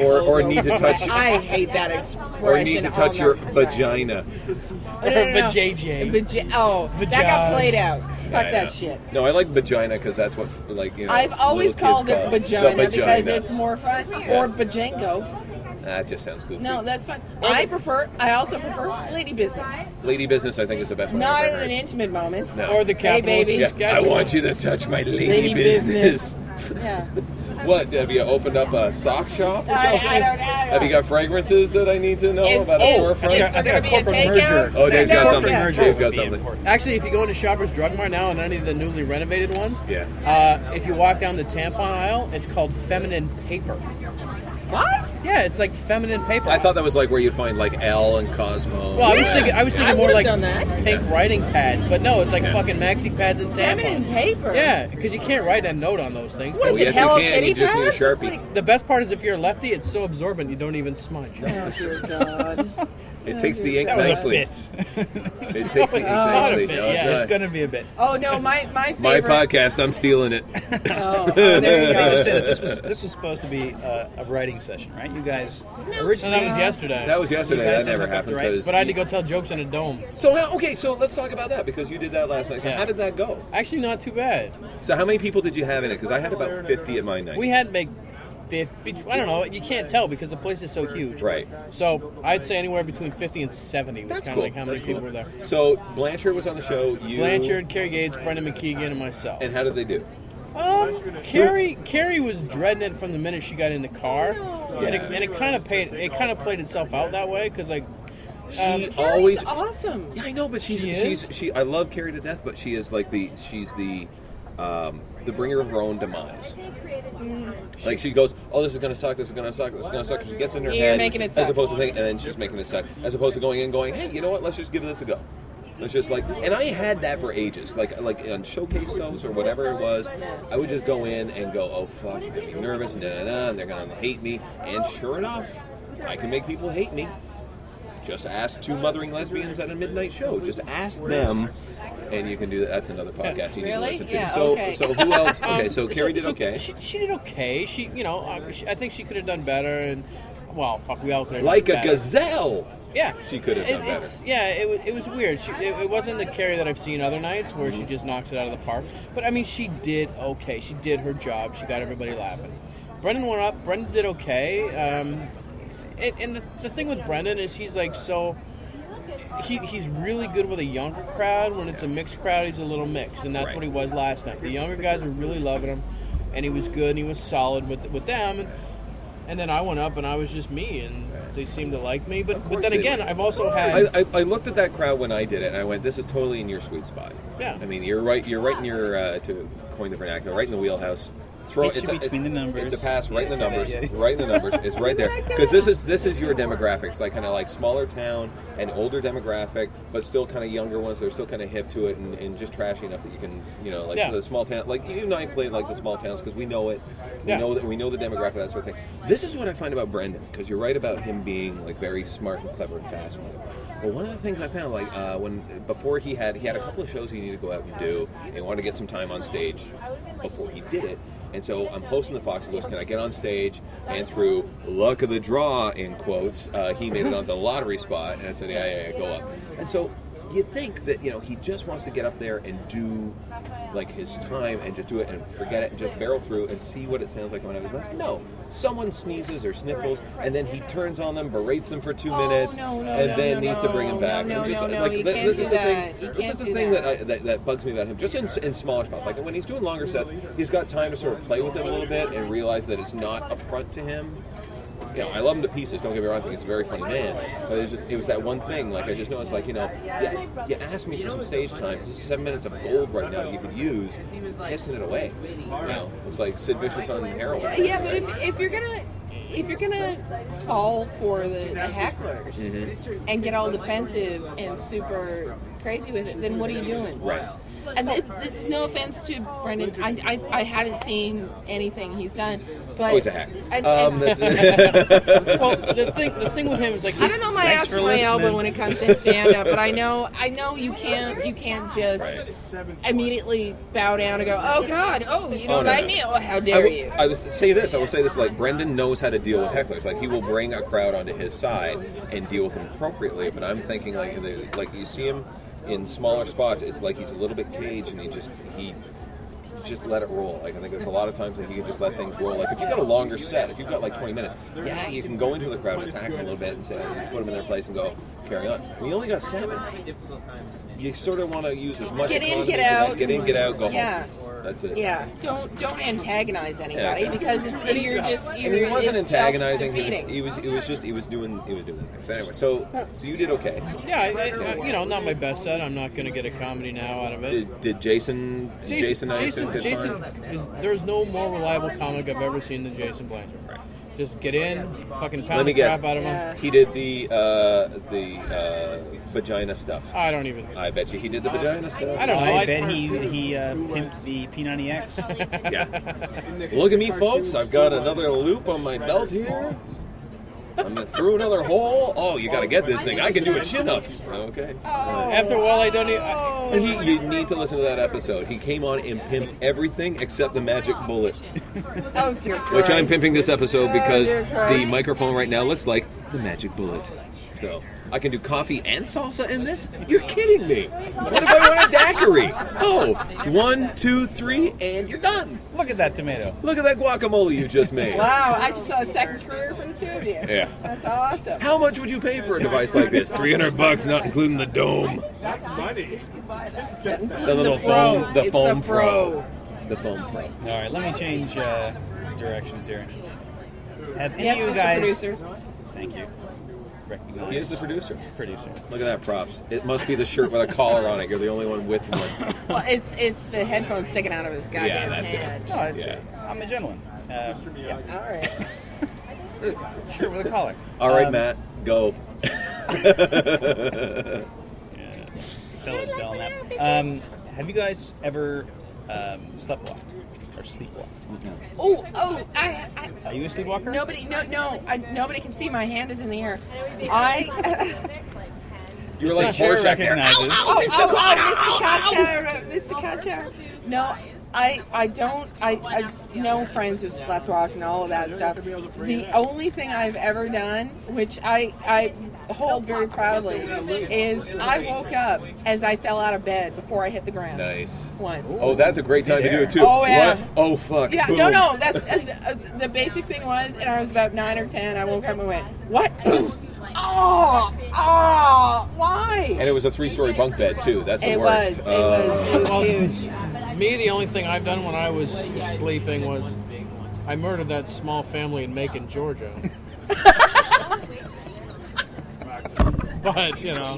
B: Or or need to touch
D: I hate that expression.
B: or need to touch
D: all
B: your
D: night.
B: vagina.
D: No, no, no, no.
C: Vajayjay.
D: Vaja- oh, that
C: Vajaj.
D: got played out. Fuck
B: I know.
D: that shit.
B: No, I like vagina because that's what like you know.
D: I've always
B: little
D: called
B: kids
D: it
B: call
D: vagina,
B: The
D: because
B: vagina.
D: it's more fun. Or bajenko.
B: That just sounds goofy.
D: No, that's fun. I prefer. I also prefer lady business.
B: lady business, I think, is the best one.
D: Not
B: I've
D: in
B: ever
D: an
B: heard.
D: intimate moment.
B: No.
C: Or the capital
D: baby.
C: of
B: Yeah, I
C: Saskatchewan.
B: want you to touch my lady,
D: Lady
B: business.
D: business. Yeah.
B: What have you opened up a sock shop or something?
D: I- I don't know.
B: Have you got fragrances that I need to know
D: It's-
B: about a
D: it's-
B: storefront?
D: it's-
E: I
D: there
E: think
D: gonna be
E: a
D: a
E: corporate merger.
D: takeout?
B: oh, Dave's
D: No,
B: got
D: yeah.
B: something.
D: Corporate
B: Dave's
E: would
B: got
E: be
B: something.
E: important.
C: Actually, if you go into Shoppers Drug Mart now and any of the newly renovated ones,
B: Yeah.
C: uh, if you walk down the tampon aisle, it's called feminine paper.
D: What?
C: Yeah, it's like feminine paper.
B: I thought that was like where you'd find like L and Cosmo.
C: Well, I was thinking, I was thinking
D: I
C: more
D: would've
C: like
D: done that.
C: pink writing pads, but no, it's like
B: Yeah.
C: fucking maxi pads and
D: Feminine
C: tampons.
D: paper.
C: Yeah, because you can't write a note on those things.
D: What is
B: Oh,
D: it?
B: yes, you
D: Hello
B: can.
D: Kitty
B: You just need a
D: pads?
B: Sharpie.
D: Like-
C: The best part is if you're a lefty, it's so absorbent you don't even smudge.
D: Oh dear God.
B: it takes the ink
D: That was a
E: That's a
B: nicely.
E: bit.
B: It takes the ink
C: not a
B: nicely.
C: bit,
B: No, it's
C: yeah.
B: not.
E: It's gonna be a bit.
D: Oh no, my my favorite.
B: My podcast, I'm stealing it.
D: Oh, oh, there you
E: I
D: go.
E: understand that this was this was supposed to be a, a writing session, right? You guys
C: No,
E: originally
C: that was yesterday.
B: That was yesterday.
E: You guys
B: That never
E: never got
B: happened
E: the right-
B: because.
C: but I had to go tell jokes in a dome.
B: So how, okay, so let's talk about that because you did that last night. So
C: Yeah.
B: how did that go?
C: Actually, not too bad.
B: So how many people did you have in it? Because I had about fifty at my night.
C: We had like 50, I don't know, you can't tell because the place is so huge.
B: Right.
C: So I'd say anywhere between 50 and 70 was
B: That's
C: kind of
B: cool.
C: like how many
B: That's cool.
C: people were there.
B: So Blanchard was on the show. You
C: Blanchard, Kerry Gates, Brendan McKeegan, and myself.
B: and how did they do?
C: Um, Carrie, Carrie was dreading it from the minute she got in the car, and it,
B: Yeah.
C: and it kind of paid, it kind of played itself out that way because like, um,
B: She
C: Uh, Carrie's
B: always.
D: awesome.
B: Yeah, I know, but she's
C: She is?
B: she's she. I love Carrie to death, but she is like the she's the um, the bringer of her own demise.
F: Mm.
B: Like she goes, oh, this is gonna suck. This is gonna suck. This is gonna suck. She gets in her
D: You're
B: head
D: making it
B: as
D: suck.
B: opposed to thinking, and then she's making it suck. As opposed to going in, and going, hey, you know what? Let's just give this a go. Let's just like, and I had that for ages. Like, like on showcase shows or whatever it was, I would just go in and go, oh fuck, I'm gonna be nervous and da da da, and they're gonna hate me. And sure enough, I can make people hate me. Just ask two mothering lesbians at a midnight show. Just ask them, and you can do that. That's another podcast you need to
D: Really?
B: listen to.
D: Yeah,
B: so,
D: okay.
B: so who else?
C: um,
B: Okay, so Carrie did
C: so
B: okay.
C: She, she did okay. She, you know, I, she, I think she could have done better, and well, fuck, we all could have
B: Like
C: done
B: a
C: better.
B: gazelle.
C: Yeah,
B: She could have
C: It-
B: done better.
C: it's- Yeah, it, wa- it was weird. She, it, it wasn't the Carrie that I've seen other nights where
B: Mm-hmm.
C: she just knocks it out of the park. But I mean, she did okay. She did her job. She got everybody laughing. Brendan went up. Brendan did okay. Um, and and the, the thing with Brendan is he's like so. He, he's really good with a younger crowd. When it's a mixed crowd, he's a little mixed, and that's
B: Right.
C: what he was last night. The younger guys were really loving him, and he was good and he was solid with with them. And, and then I went up and I was just me, and they seemed to like me. But but
B: course
C: then
B: they
C: again,
B: would.
C: I've also
B: I,
C: had
B: I, I looked at that crowd when I did it, and I went, "This is totally in your sweet spot."
C: Yeah.
B: I mean, you're right. You're right in your uh, to coin the vernacular, right in the wheelhouse. Throw
E: Hit you between the
B: It's
E: numbers.
B: a pass right in the
E: Yeah,
B: numbers.
E: yeah. Oh
B: Right in the numbers. It's right there because this is this is your demographics, like kind of like smaller town and older demographic, but still kind of younger ones. They're still kind of hip to it and, and just trashy enough that you can, you know, like
C: Yeah.
B: the small town. Like you and I played like the small towns because we know it. We
C: Yeah.
B: know that we know the demographic that sort of thing. This is what I find about Brendan because you're right about him being like very smart and clever and fast. But one of the things I found, like uh, when before he had he had a couple of shows he needed to go out and do, and he wanted to get some time on stage before he did it. And so I'm hosting the Fox. He goes, "Can I get on stage?" And through luck of the draw, in quotes, uh, he
D: Mm-hmm.
B: made it onto the lottery spot. And I said, "Yeah, yeah, yeah, go up." And so you'd think that you know he just wants to get up there and do like his time and just do it and forget it and just barrel through and see what it sounds like coming out of his mouth. No, someone sneezes or sniffles and then he turns on them, berates them for two
D: Oh,
B: minutes,
D: no, no,
B: and
D: no,
B: then
D: no,
B: needs to bring him
D: no,
B: back.
D: no,
B: and just
D: no, no,
B: like
D: you
B: that-
D: can't
B: this is
D: do
B: the
D: that.
B: thing.
D: You
B: This is
D: can't
B: the
D: do
B: thing
D: that.
B: that, I, that that bugs me about him. Just in, in smaller spots, like when he's doing longer sets, he's got time to sort of play with it a little bit and realize that it's not a front to him you know, I love him to pieces. Don't get me wrong; I think he's a very funny man. But it's just, it was that one thing. Like I just noticed, like you know, yeah, you asked me for some stage time. This is seven minutes of gold right now. You could use pissing it away. You know, it's like Sid Vicious on heroin.
D: Yeah, but if, if you're gonna if you're gonna fall for the, the hecklers
B: Mm-hmm.
D: and get all defensive and super crazy with it, then what are you doing?
B: Right.
D: And th- this is no offense to Brendan. I, I, I haven't seen anything he's done, but
B: Oh, he's a hack.
D: And-
B: Um,
D: and-
B: that's it.
C: well the thing the thing with him is like
D: I don't know my
E: Thanks
D: ass
E: for
D: from my
E: listening.
D: elbow when it comes to stand up, but I know I know you can't you can't just immediately bow down and go, oh God, oh you don't
B: no,
D: like
B: no.
D: me, oh how
B: I
D: dare
B: will,
D: you.
B: I will say this. I will say this. Like Brendan knows how to deal with hecklers. Like he will bring a crowd onto his side and deal with them appropriately. But I'm thinking like they- like you see him in smaller spots. It's like he's a little bit caged and he just he just let it roll. Like I think there's a lot of times that you can just let things roll. Like if you've got a longer set, if you've got like 20 minutes, yeah, you can go into the crowd and attack them a little bit and say, put them in their place and go carry on. We only got seven. You sort of want to use as much
D: Get in,
B: economy
D: get
B: as you can.
D: out.
B: get in, get out, go
D: Yeah.
B: home. That's it.
D: Yeah, don't don't antagonize anybody
B: Yeah.
D: because it's you're just you're
B: And he wasn't
D: it's
B: antagonizing. He was,
D: self-defeating.
B: he was. He was just. He was doing. He was doing things. Anyway, so so you did okay.
C: yeah I, I, I- you know not my best set I'm not gonna get a comedy now out of it
B: Did, did Jason? Jason. Jason. Eisen
C: Jason,
B: did
C: Jason
B: fine?
C: is, there's no more reliable comic I've ever seen than Jason Blanchard just get in fucking
B: Let
C: pound
B: me
C: the
B: guess.
C: crap out of him
D: Yeah.
B: He did the uh, the uh, vagina stuff.
C: I don't even
B: I bet you he did the vagina stuff.
C: I don't know
E: I
C: I-
E: bet he he uh, pimped the P90X.
B: Yeah. Look at me, folks. I've got another loop on my belt here. I'm gonna- through another hole. Oh, you gotta get this thing. I can do a chin up. Okay.
C: after a while I don't even I,
B: He, you need to listen to that episode. He came on and pimped everything except the magic bullet.
D: Oh, dear
B: Which I'm
D: Christ. Oh,
B: pimping this episode because
D: dear
B: the
D: Christ.
B: microphone right now looks like the magic bullet. So I can do coffee and salsa in this? You're kidding me. What if I want a daiquiri? Oh, one, two, three, and you're done.
E: Look at that tomato.
B: Look at that guacamole you just made.
D: Wow, I just saw a second career for the two of you.
B: Yeah.
D: That's awesome.
B: How much would you pay for a device like this? 300 bucks, not including the dome. The little
D: fro.
B: foam, the
D: It's
B: foam
D: the fro.
B: The foam pro.
E: All right, let me change uh, directions here. Have any
D: Yes,
E: of you
D: Mr.
E: guys?
D: Producer.
E: Thank you. Recognize
B: He is the producer.
E: producer.
B: Look at that props. It must be the shirt with a collar on it. You're the only one with one.
D: Well, it's it's the headphones sticking out of his goddamn
B: Yeah, that's it.
D: head.
E: No, it's,
B: Yeah.
E: Oh, I'm a gentleman. Uh, yeah,
D: All right.
E: shirt with a collar.
B: All right,
E: Um,
B: Matt, go.
E: Yeah, sell it, bell nap. Um, have you guys ever um, sleptwalked or sleepwalked?
D: Oh, oh, I, I
E: Are you a sleepwalker?
D: nobody, no, no, I, nobody can see. My hand is in the air. I,
B: You were
E: The
B: like
E: chair
B: Borat there.
E: recognizes.
D: oh, oh, oh, Mr. Kachara, Mr. Kachara. No, I, I don't, I, I know friends who've slept rock and all of that stuff. The only thing I've ever done, which I, I hold very proudly, is I woke up as I fell out of bed before I hit the ground
B: Nice.
D: once.
B: Oh, that's a great time to do it too.
D: Oh, yeah.
B: What? Oh fuck.
D: Yeah,
B: Boom.
D: no, no. That's and the, uh, the basic thing was, and I was about nine or ten. I woke up and went, "What? oh, oh, why?"
B: And it was a three-story bunk bed too. That's the
D: It
B: worst.
D: was,
B: Uh, Um,
D: it was, it
C: Oh.
D: was huge.
C: Me, the only thing I've done when I was sleeping was I murdered that small family in Macon, Georgia. but you know,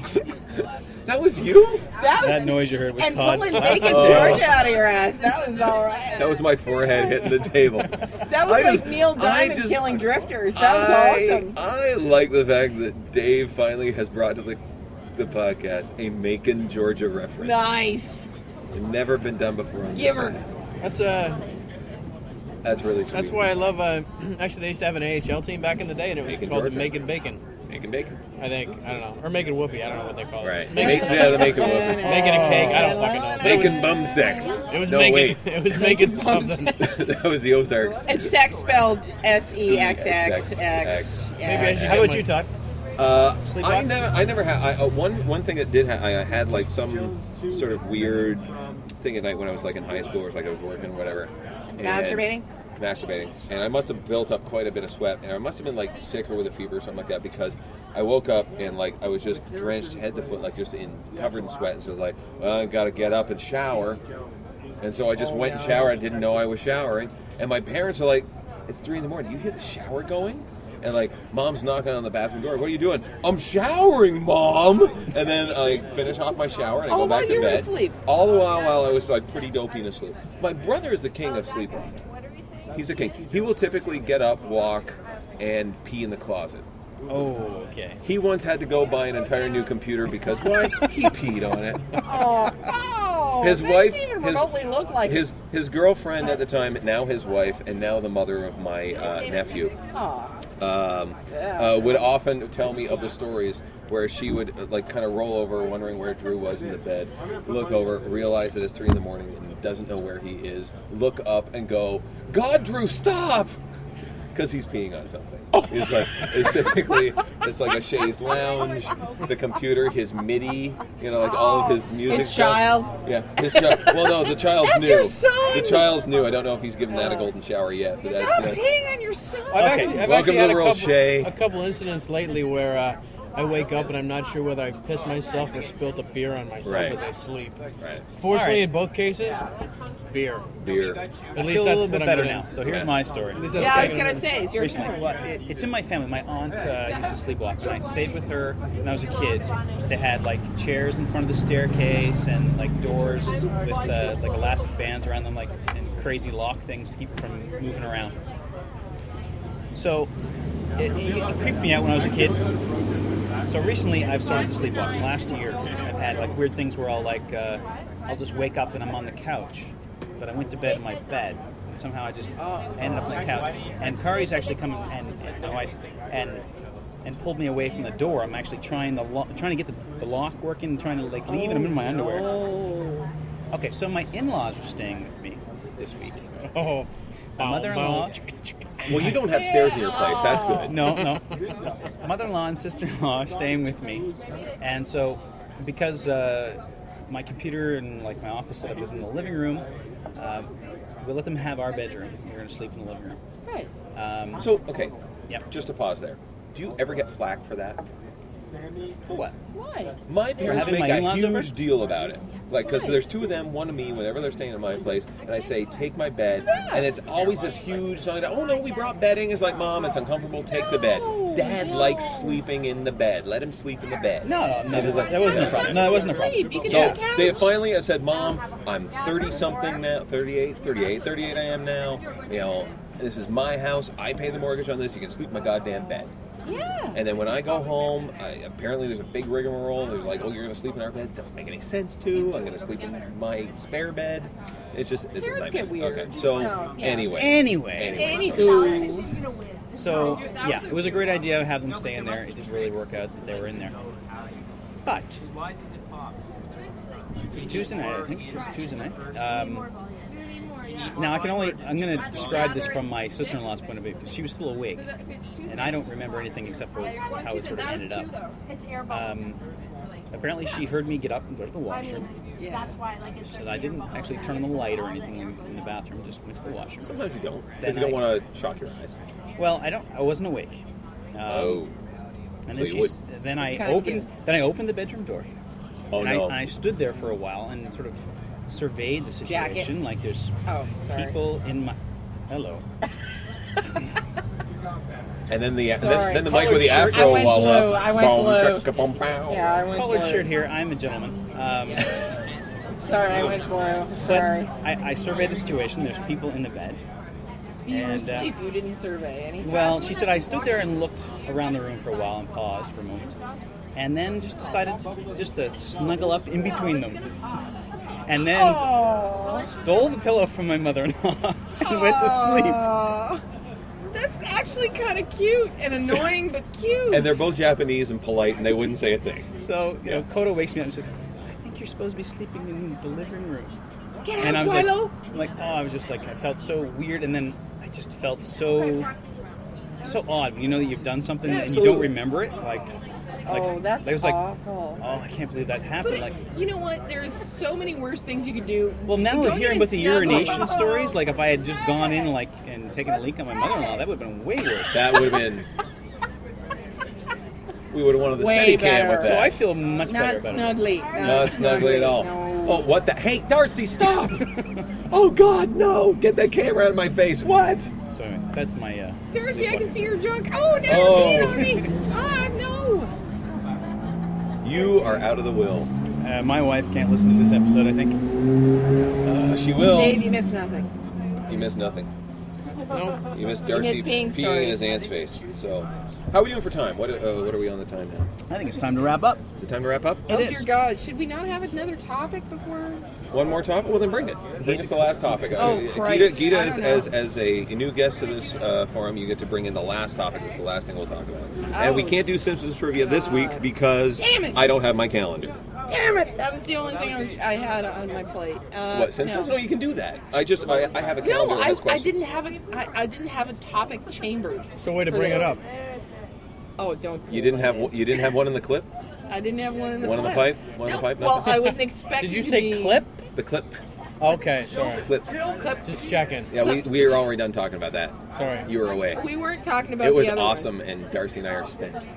B: that was you.
D: That was
E: That noise you heard was
D: and
E: Todd's.
D: pulling bacon Georgia out of your ass. That was all right.
B: That was my forehead hitting the table.
D: That was
B: I
D: like
B: just-
D: Neil
B: I
D: Diamond
B: just-
D: killing drifters. That was
B: I,
D: awesome.
B: I like the fact that Dave finally has brought to the the podcast a Macon, Georgia reference.
D: Nice.
B: Never been done before. On this
D: Giver.
B: podcast.
C: that's uh,
B: That's really sweet.
C: that's why I love. Uh, actually, they used to have an AHL team back in the day, and it was
B: Macon,
C: called
B: Georgia.
C: the Macon Bacon.
B: Macon bacon.
C: I think I don't know, or Macon Whoopie. I don't know what they call it.
B: Right.
C: Macon,
B: Make, yeah, the Macon one.
C: Macon a cake. I don't fucking know.
B: Bacon bum sex.
C: It was
B: no
C: Macon.
B: wait,
C: It was Macon
D: bum
C: something.
D: sex.
B: that was the Ozarks.
D: And sex spelled S E X X X.
C: Maybe I should-
E: How about you, Todd?
B: Uh,
E: Sleepwalk?
B: I never, I never had. I, uh, one one thing that did, ha- I, I had like some sort of weird thing at night when I was like in high school or like I was working, or whatever. And-
D: Masturbating?
B: Masturbating, and I must have built up quite a bit of sweat, and I must have been like sick or with a fever or something like that because I woke up and like I was just drenched head to foot, like just in covered in sweat, and so I was like, well, I gotta get up and shower, and so I just went and showered. I didn't know I was showering. And my parents are like, it's three in the morning. You hear the shower going? And like, mom's knocking on the bathroom door. What are you doing? I'm showering, mom. And then I finish off my shower and I
D: Oh,
B: go
D: while
B: back
D: you
B: to
D: were
B: bed.
D: asleep.
B: All the while, while I was like pretty dopey and asleep. My brother is the king of sleepwalking. He's the king. He will typically get up, walk, and pee in the closet.
E: Oh, okay.
B: He once had to go buy an entire new computer because why? he peed on it.
D: Oh, oh,
B: His
D: that
B: wife-
D: doesn't even
B: his-
D: remotely look like
B: His his girlfriend at the time, now his wife, and now the mother of my uh, nephew,
D: Oh.
B: um, uh, would often tell me of the stories where she would uh, like kind of roll over, wondering where Drew was in the bed, look over, realize that it's three in the morning and doesn't know where he is, look up and go, "God, Drew, stop!" Because he's peeing on something.
D: Oh.
B: It's like it's typically it's like a chaise lounge, the computer, his MIDI, you know, like all of his music.
D: His
B: stuff.
D: child.
B: Yeah, his child. Well, no, the child's
D: That's
B: new.
D: your son!
B: The child's new. I don't know if he's given that a golden shower yet. But
D: Stop
B: that's, uh, yeah.
D: peeing on your
C: I've
D: son.
E: Okay,
C: actually, I've
B: welcome
C: actually
B: to
C: had
B: the
C: a
B: world,
C: couple,
B: Shay.
C: a couple incidents lately where uh, I wake up and I'm not sure whether I pissed myself or spilt a beer on myself
B: Right.
C: as I sleep.
B: Right.
C: Fortunately,
E: All right.
C: in both cases, beer.
B: Beer.
C: At
E: I
C: least
E: feel a
C: that's
E: little
C: what
E: bit
C: I'm
E: better
C: doing.
E: now. So here's
B: Yeah.
E: my story.
C: At least that's
D: Yeah, I
C: what I'm
D: was
C: doing.
D: gonna say, it's your
E: Recently,
D: turn.
E: well, it, it's in my family. My aunt uh, used to sleepwalk, and I stayed with her when I was a kid. They had like chairs in front of the staircase and like doors with uh, like elastic bands around them, like and crazy lock things to keep it from moving around. So it, it, it creeped me out when I was a kid. So recently, I've started to sleepwalk. Last year, I've had like weird things where I'll like uh, I'll just wake up and I'm on the couch, but I went to bed in my bed. And somehow I just ended up on the couch. And Kari's actually come and, and my wife and and pulled me away from the door. I'm actually trying the lo- trying to get the, the lock working, and trying to like leave, and I'm in my underwear. Okay, so my in-laws are staying with me this week.
C: Oh,
E: My mother-in-law
B: Well, you don't have stairs in your place. That's good.
E: No, no. Mother-in-law and sister-in-law are staying with me, and so because uh, my computer and like my office setup is in the living room, uh, we let them have our bedroom. We're gonna sleep in the living room.
D: Right.
E: Um,
B: So, okay,
E: Yep.
B: just to pause there. Do you ever get flack for that?
E: for what?
D: Why?
B: My parents
E: having
B: make
E: my
B: a
E: in-laws
B: huge
E: over?
B: deal about it. Like, because
D: Why?
B: there's two of them, one of me, whenever they're staying at my place, and I say, take my bed, and it's always this huge song. Oh no, we brought bedding. It's like, mom, it's uncomfortable. Take the bed. Dad likes sleeping in the bed. Let him sleep in the bed.
E: No, no, no
B: It is like-
E: that wasn't a problem. No, that wasn't a
D: Sleep.
E: problem.
D: You can
B: So
D: do the couch.
B: they finally I said, Mom, I'm 30 something now, 38, 38, 38 I am now. You know, this is my house. I pay the mortgage on this. You can sleep in my goddamn bed.
D: Yeah.
B: And then when I go home, I, apparently there's a big rigmarole. They're like, "Oh, you're gonna sleep in our bed? Doesn't make any sense to. I'm gonna sleep in my spare bed." It's just it's a
D: Parents
B: nightmare.
D: get weird.
B: Okay, so
D: No, yeah.
B: anyway,
E: Anyway,
B: anyway, so-
D: Anywho.
E: so yeah, it was a great idea to have them stay in there. It didn't really work out that they were in there, but Tuesday night, I think it was Tuesday night. Um, Now I can only I'm going to describe this from my sister-in-law's point of view because she was still awake, and I don't remember anything except for how it sort of ended up. Um, apparently, she heard me get up and go to the washroom.
D: Yeah.
E: She said I didn't actually turn on the light or anything in, in the bathroom; just went to the washroom.
B: sometimes you don't because
E: Then
B: you don't
E: I-
B: want to shock your eyes.
E: Well, I don't. I wasn't awake. Um,
B: Oh,
E: and
B: so you
E: then she, s- then I
D: kinda
E: opened then I opened the bedroom door.
B: oh
E: and, I,
B: no.
E: and I stood there for a while and sort of surveyed the
D: Jacket.
E: situation. Like there's
D: Oh, sorry.
E: people in my hello.
B: and then the
D: Sorry.
B: then, then the mic with the
E: Collared shirt.
B: afro uh,
D: I went
B: wall
D: blue.
B: up.
D: I went
B: Boom,
D: blue.
B: chicka-bum, pow.
D: Yeah, I went
E: Collared
D: blue.
E: shirt here. I'm a gentleman. Um,
D: Sorry, I went blue.
E: But
D: Sorry.
E: I, I surveyed the situation. There's people in the bed.
D: You were
E: and, uh,
D: asleep. You didn't survey anything.
E: Well, she said I stood there and looked around the room for a while and paused for a moment, and then just decided to, just to snuggle up in between them, and then
D: Oh.
E: stole the pillow from my mother-in-law and went to
D: That's actually kind of cute and annoying, but cute.
B: And they're both Japanese and polite, and they wouldn't say a thing.
E: sleep. So you know, Koda wakes me up and says, "I think you're supposed to be sleeping in the living room."
D: Get
E: And I
D: out,
E: was like,
D: Milo.
E: I'm like, oh, I was just like, I felt so weird, and then I just felt so, so odd. when You know that you've done something and you don't
B: absolutely.
E: remember it, like, like
D: oh, that's
E: it was like,
D: awful.
E: oh, I can't believe that
D: But
E: happened.
D: it,
E: Like,
D: you know what? There's so many worse things you could do.
E: well, now
D: Don't
E: that
D: even
E: hearing about the
D: snuggle.
E: urination stories, like if I had just gone in like and taken a leak on my mother-in-law, that would have been way worse.
B: That would have been. We would have wanted the
D: Way
B: steady cam
D: better.
B: with that.
E: So I feel much
D: not
E: better about it.
D: snugly.
B: Not snuggly at all.
D: No.
B: Oh, what the? Hey, Darcy, stop! oh God, no! Get that camera out of my face! What?
E: So anyway, that's my. Uh,
D: Darcy, I
E: sleepwalking.
D: can see your junk. Oh, now
B: Oh.
D: you're peeing on me. Ah, no.
B: You are out of the will.
E: Uh, my wife can't listen to this episode. I think.
B: Uh, she will.
D: Dave, you missed nothing.
B: You missed nothing.
C: No,
B: You missed Darcy
D: missed peeing
B: in
D: stories.
B: his aunt's face. So, how are we doing for time? What? Uh, what are we on the time now?
E: I think it's time to wrap up.
B: Is it time to wrap up?
E: It
D: oh
E: is.
D: dear God, should we not have another topic before?
B: One more topic? Well, then bring it. Bring us the last topic.
D: Oh,
B: Gita,
D: Christ.
B: Gita
D: I
B: as,
D: don't
B: as,
D: know.
B: as a new guest to this uh, forum, you get to bring in the last topic. That's the last thing we'll talk about.
D: Oh.
B: And we can't do Simpsons trivia this week because
D: Damn it.
B: I don't have my calendar.
D: Damn it! That was the only thing I, was, I had on my plate. Uh,
B: what, Simpsons? No.
D: No,
B: you can do that. I just, I, I have a calendar
D: No,
B: that
D: I,
B: has
D: I
B: questions.
D: didn't have a I, I didn't have a topic chambered.
C: So way to
D: for
C: bring it
D: this.
C: up.
D: Oh, don't.
B: You didn't have one- you didn't have one in the clip,
D: I didn't have one in the
B: one in the
D: clip.
B: pipe, one in the
D: No,
B: pipe.
D: Well,
B: Nothing?
D: I wasn't expecting.
C: Did you
D: to
C: say
D: be-
C: clip?
B: the clip,
C: Okay, sorry.
B: clip.
D: Clip.
C: Just checking.
B: Yeah, we, we are already done talking about that.
C: Sorry.
B: You were away.
D: We weren't talking about
B: It was
D: the other
B: awesome, and Darcy and I are spent.
D: One.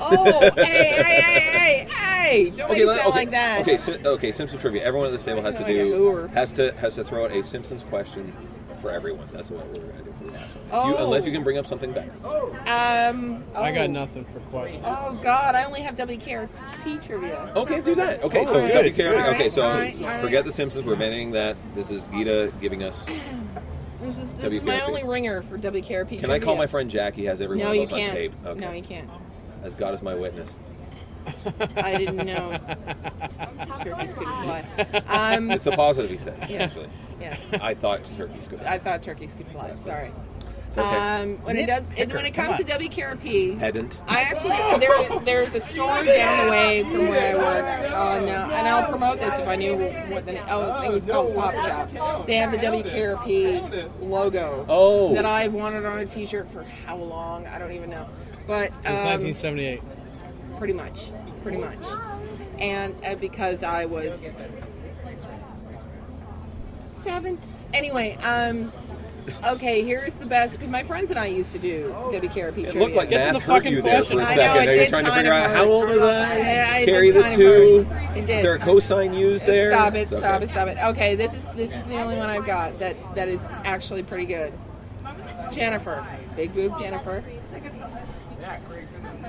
D: Oh, hey, hey, hey, hey, hey! Don't make it
B: let-
D: sound like that.
B: Okay, Sim- okay, Simpsons trivia. Everyone at this table has to
D: Like a
B: do
D: hooer.
B: has to has to throw out a Simpsons question for everyone. That's what we're gonna do for the last one. If you-
D: Oh.
B: unless you can bring up something better.
D: Um. Oh.
C: I got nothing for questions.
D: Oh God, I only have WKRP trivia.
B: Okay, do that. Okay, so
D: Alright.
B: WKRP.
D: Alright,
B: E. okay, so
D: alright, alright.
B: forget the Simpsons. We're banning that. This is Gita giving us.
D: This is this is my
B: WKRP.
D: only ringer for WKRP.
B: Can I call my friend Jack? He has every one
D: No,
B: of
D: you
B: those
D: can't.
B: on tape. Okay.
D: No, you can't.
B: As God is my witness.
D: I didn't know. Turkeys could fly. Um.
B: It's a positive, he says.
D: Yeah.
B: Actually,
D: Yes.
B: I thought turkeys could.
D: I thought turkeys could fly. Sorry.
B: It's okay.
D: Um, when, it, does- and when it comes to WKRP,
B: Pedant.
D: I actually there there's a store down the way from where I work on, uh, and I'll promote this if I knew what the oh I think it was called Pop Shop. They have the WKRP logo
B: Oh.
D: that I've wanted on a T-shirt for how long I don't even know, but um,
C: 1978.
D: pretty much, pretty much, and uh, because I was seven anyway. Um, okay, here's the best because my friends and I used to do WKRP.
B: It
D: trivia.
B: looked like
C: Get to
B: Matt
C: the
B: hurt
C: fucking
B: you there for
C: question.
B: a
C: I
D: know,
B: second.
D: it
B: Now you're
D: did
B: trying to
D: kind
B: figure
D: of
B: out
D: hurt.
B: how old is I?
D: Yeah, it
B: Carry
D: did
B: the
D: kind of
B: two.
D: hurt. It did.
B: Is there a cosine used there?
D: Stop it!
B: It's okay.
D: Stop it! Stop it! Okay, this is this is the only one I've got that that is actually pretty good. Jennifer, big boob Jennifer.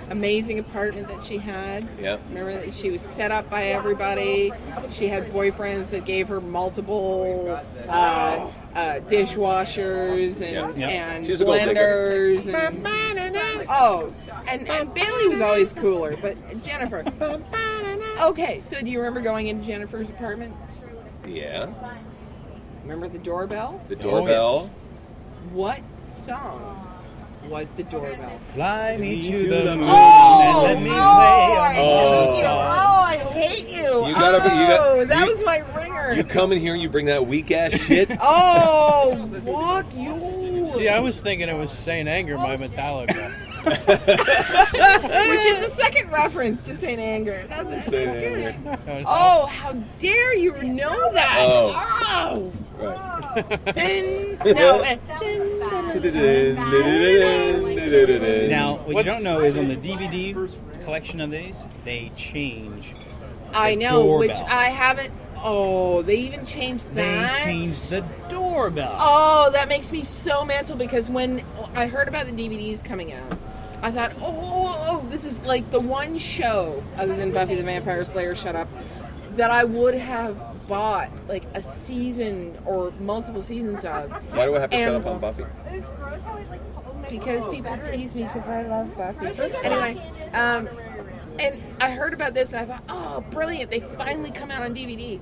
D: Amazing apartment that she had.
B: Yep.
D: Remember that she was set up by everybody. She had boyfriends that gave her multiple uh, uh, dishwashers and
B: Yeah. Yeah.
D: and
B: She was a gold digger.
D: blenders and oh, and, and Bailey was always cooler, but Jennifer. Okay, so do you remember going into Jennifer's apartment?
B: Yeah.
D: Remember the doorbell?
B: The doorbell.
D: What song was the doorbell?
E: Fly me to the moon
D: Oh,
E: and let me
D: oh, I
E: play
D: hate you.
E: on
D: Oh, I hate you.
B: You gotta be- you got-
D: oh, that
B: you-
D: was my ringer.
B: You come in here and you bring that weak ass shit.
D: oh, fuck you.
C: See, I was thinking it was Saint Anger by Metallica.
D: Which is the second reference to St. Anger. That- that's
B: Saint
D: good.
B: Anger.
D: Oh, how dare you know that?
B: Oh. Right.
D: Dun, no, eh, dun, dun, dun, dun.
E: Now, what
C: What's-
E: you don't know is on the DVD collection of these, they change.
D: I
E: The
D: know, which
E: doorbell.
D: I haven't. Oh, they even changed
E: They
D: that.
E: change the doorbell.
D: Oh, that makes me so mental because when I heard about the DVDs coming out, I thought, oh, oh, oh, this is like the one show other than Buffy the Vampire Slayer, shut up, that I would have bought like a season or multiple seasons of.
B: Why do I have to shut up
D: And-
B: on Buffy?
D: because people tease me because I love Buffy. Anyway, um, and I heard about this and I thought, oh, brilliant! They finally come out on DVD.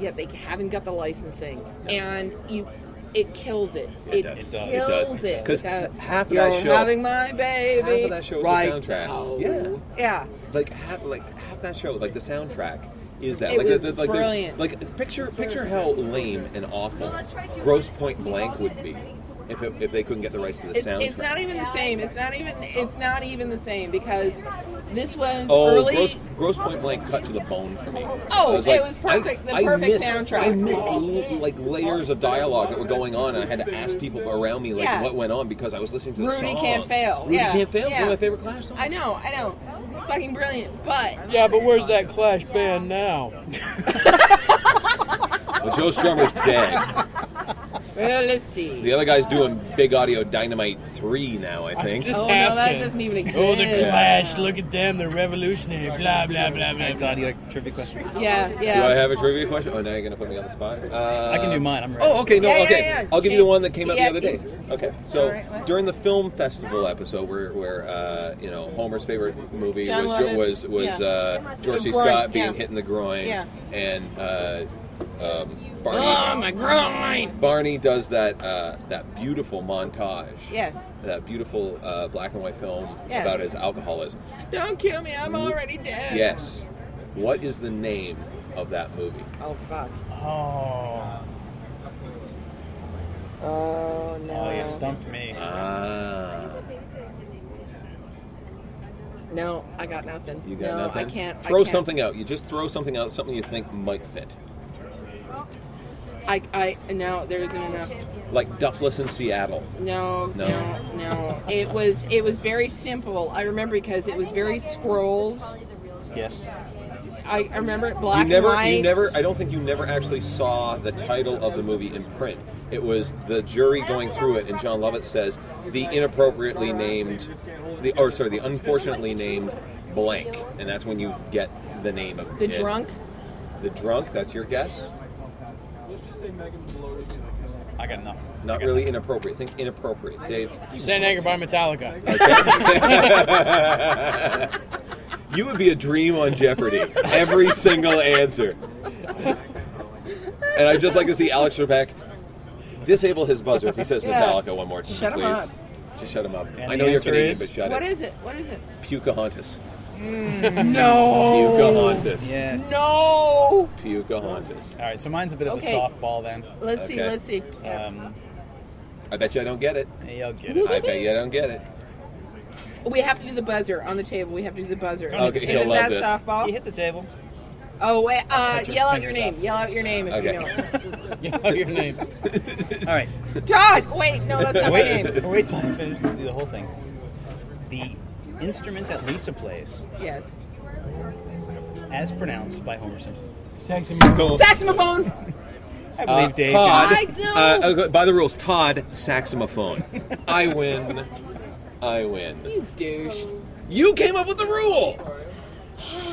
D: Yet they haven't got the licensing, and you, it kills it. It,
B: does. It does. It does.
D: kills it.
B: 'Cause
D: That
B: half of
D: you're
B: that show-
D: having my baby.
B: Half of that show is the
D: right
B: soundtrack.
D: now.
B: Yeah.
D: Yeah.
B: like half like half that show like the soundtrack is that
D: It
B: like,
D: was
B: the, the- like there's-
D: brilliant.
B: like picture picture how lame and awful gross point blank would be if, it, if they couldn't get the rights to the
D: It's,
B: soundtrack
D: it's not even the same. It's not even. It's not even the same because this was
B: oh
D: early.
B: gross gross point blank cut to the bone for me I
D: Oh,
B: like,
D: it was perfect-
B: I-
D: the
B: I
D: perfect
B: missed-
D: soundtrack.
B: I missed l- like layers of dialogue that were going on and I had to ask people around me like
D: Yeah.
B: what went on because I was listening to the
D: Rudy
B: song
D: Can't Fail.
B: Rudy
D: Yeah.
B: Can't Fail is
D: Yeah.
B: one of my favorite Clash songs
D: I know. I know. Fucking brilliant. But
C: yeah, but where's that Clash band now?
B: well, Joe Strummer's dead
D: well, let's see.
B: the other guy's doing Big Audio Dynamite 3 now I think
C: just
D: Oh, no, that
C: asking.
D: doesn't even exist.
C: Oh, the Clash! Look at them, they're revolutionary. Blah blah blah blah.
E: Right,
C: blah.
E: Todd, you like trivia question?
D: Yeah,
B: Do I
D: yeah.
B: have a trivia question? Oh, now you're gonna put me on the spot. Uh,
E: I can do mine. I'm ready.
B: Oh, okay. No,
D: Yeah, yeah,
B: okay.
D: yeah.
B: I'll give you the
D: Change-
B: one that came up
D: yeah,
B: the other day.
D: it's-
B: Okay. So
D: Alright, what?
B: during the film festival episode, where where uh, you know Homer's favorite movie
D: John
B: was
D: Lovitz,
B: was was
D: yeah.
B: uh, Dorsey
D: The groin,
B: Scott being
D: yeah.
B: hit in the groin,
D: Yeah.
B: and uh, um, Barney.
E: Oh,
B: Barney does that uh, that beautiful montage.
D: Yes.
B: That beautiful uh, black and white film
D: Yes.
B: about his alcoholism.
D: Don't kill me, I'm already dead.
B: Yes. What is the name of that movie?
D: Oh, fuck.
E: Oh,
D: Oh, no.
E: oh, you stumped me.
B: Ah.
D: No, I got nothing.
B: You got
D: no,
B: nothing.
D: I can't. I
B: Throw
D: can't.
B: something out. You just throw something out. Something you think might fit,
D: I, I, no, there isn't enough.
B: like Duffless in Seattle.
D: No,
B: No.
D: no, no. It was, it was very simple. I remember because it was very scrolled.
E: Yes.
D: I, I remember it black
B: you never,
D: and white.
B: you never. I don't think you never actually saw the title of the movie in print. It was the jury going through it, and John Lovett says the inappropriately named, the or sorry, the unfortunately named blank, and that's when you get the name of
D: The
B: it.
D: drunk.
B: The drunk. That's your guess.
E: I got nothing.
B: Not really inappropriate. Think inappropriate, Dave.
C: Saint Anger by Metallica.
B: You would be a dream on Jeopardy. Every single answer. And I'd just like to see Alex Trebek disable his buzzer if he says
D: Yeah.
B: Metallica one more time,
D: Shut him
B: please.
D: up.
B: Just shut him up.
E: And
B: I
E: the
B: know you're
E: answer
B: Canadian,
E: is-
B: but shut
D: What
B: it.
D: is it? What is it?
B: Pocahontas.
E: Hmm.
D: No.
B: Pocahontas.
E: Yes.
D: No.
B: Pocahontas.
E: All right, so mine's a bit of
D: Okay.
E: a softball then.
D: Let's see.
B: Okay. Uh,
D: Let's see. Yeah.
E: Um,
B: I bet you I don't get it.
E: hey, I'll get it.
B: I bet you I don't get it.
D: we have to do the buzzer on the table. We have to do the buzzer.
E: Okay,
D: Is
E: you'll
D: it
B: love
D: that
B: this.
E: You
D: softball?
E: hit the table.
D: Oh, wait, uh,
E: Put your
D: yell out your
E: fingers
D: name.
E: off.
D: Yell out your name if
B: Okay.
D: you know it.
C: You know your name.
E: All right.
D: Todd. Wait, no, that's not my
E: Wait,
D: name.
E: wait till I finish the, the whole thing. The instrument that Lisa plays,
D: Yes.
E: as pronounced by Homer Simpson.
C: Sex and Murphy.
B: Cool.
D: Saxophone.
E: I
B: Uh,
E: believe Dave.
B: Todd.
D: I do.
B: Uh, okay, by the rules, Todd saxophone. I win. I win.
D: You douche.
B: You came up with the rule.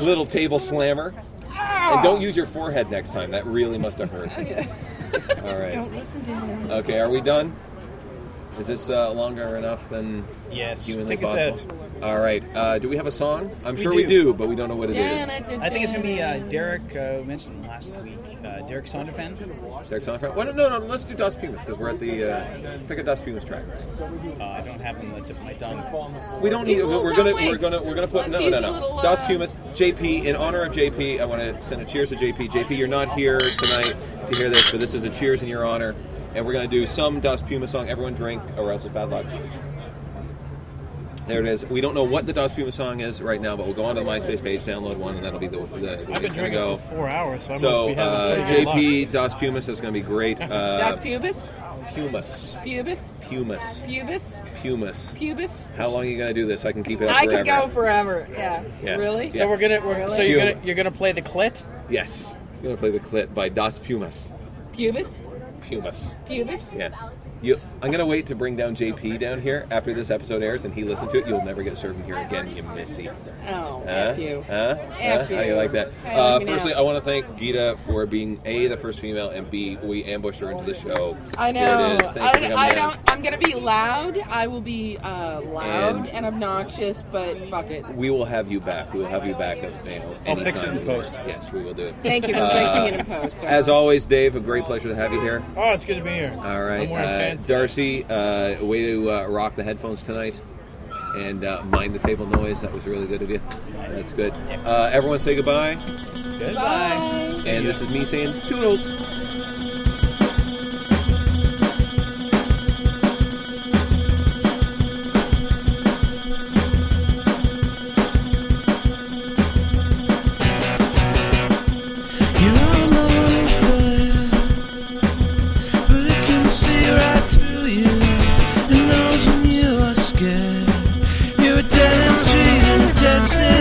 B: Little table slammer. And don't use your forehead next time. That really must have hurt. All right.
D: Don't listen to him.
B: Okay. Are we done? Is this uh, longer enough than
E: Yes.
B: humanly
E: Take us
B: possible? All right. Uh, do we have a song? I'm
E: We
B: sure we
E: do.
B: do, but we don't know what it is.
E: I think it's gonna be uh, Derek. Uh, we mentioned last week. Uh, Derek Sonderfan.
B: Derek Sonnenfeld? Well, no, no, no. Let's do Dust Pumas because we're at the uh, pick a Dust Pumas track.
E: Uh, I don't have him on the tip of my tongue.
B: We don't need.
D: These little
B: We're gonna.
D: dumb
B: We're gonna.
D: wigs.
B: We're gonna put.
D: Let's
B: No,
D: use
B: no,
D: a
B: no.
D: little,
B: Dos
D: uh,
B: Pumas. JP. In honor of JP, I want to send a cheers to JP. JP, you're not here tonight to hear this, but this is a cheers in your honor, and we're gonna do some Dos Puma song. Everyone drink, or else it's bad luck. There it is. We don't know what the Dos Puma song is right now, but we'll go onto the MySpace page, download one, and that'll be the. the the way
C: I've
B: it's
C: been
B: gonna
C: drinking
B: go.
C: for four hours, so I
B: So
C: must be having
B: uh,
C: pretty
B: JP Dos Pumas is gonna be great. Uh,
D: Das pubis.
B: Pumas.
D: Pubis.
B: Pumas.
D: Pubis.
B: Pumas.
D: Pubis.
B: How long are you gonna do this? I can keep it up
D: I
B: forever.
D: could go forever. Yeah.
B: Yeah.
D: Really?
C: luck. So we're gonna. We're, So
D: Really?
C: you're gonna you're gonna play the clit.
B: Yes. You want to play the clip by Das Pumas.
D: Pubis.
B: Pumas.
D: Pubis.
B: Yeah. You, I'm gonna wait to bring down JP down here after this episode airs, and he listens to it. You'll never get served in here again, you missy.
D: Oh,
B: Huh?
D: F you.
B: Huh?
D: F
B: Huh? How do you
D: you.
B: like that?
D: Hey,
B: Uh,
D: let me
B: firstly,
D: know.
B: I want to thank Gita for being a the first female, and b we ambushed her into the show.
D: I know.
B: There it is. Thank you for
D: I,
B: coming
D: I
B: in.
D: don't. I'm gonna be loud. I will be uh, loud
B: And-
D: and, obnoxious, but fuck it.
B: We will have you back. We will have you back. You know,
E: I'll fix it in
B: anytime.
E: post.
B: Yes, we will do it.
D: Thank you for
B: Uh,
D: fixing it in post.
B: As always, Dave, a great pleasure to have you here.
C: Oh, it's good to be here.
B: All
C: I'm
B: right,
C: wearing
B: uh,
C: pants. today.
B: Darcy, uh, way to uh, rock the headphones tonight, and uh, mind the table noise. That was really good of you. That's good. Uh, everyone, say goodbye,
E: Goodbye.
D: Bye.
B: and this is me saying toodles.
G: You're almost there, but it can see right through you. It knows when you are scared. You're a dead end street in a dead city.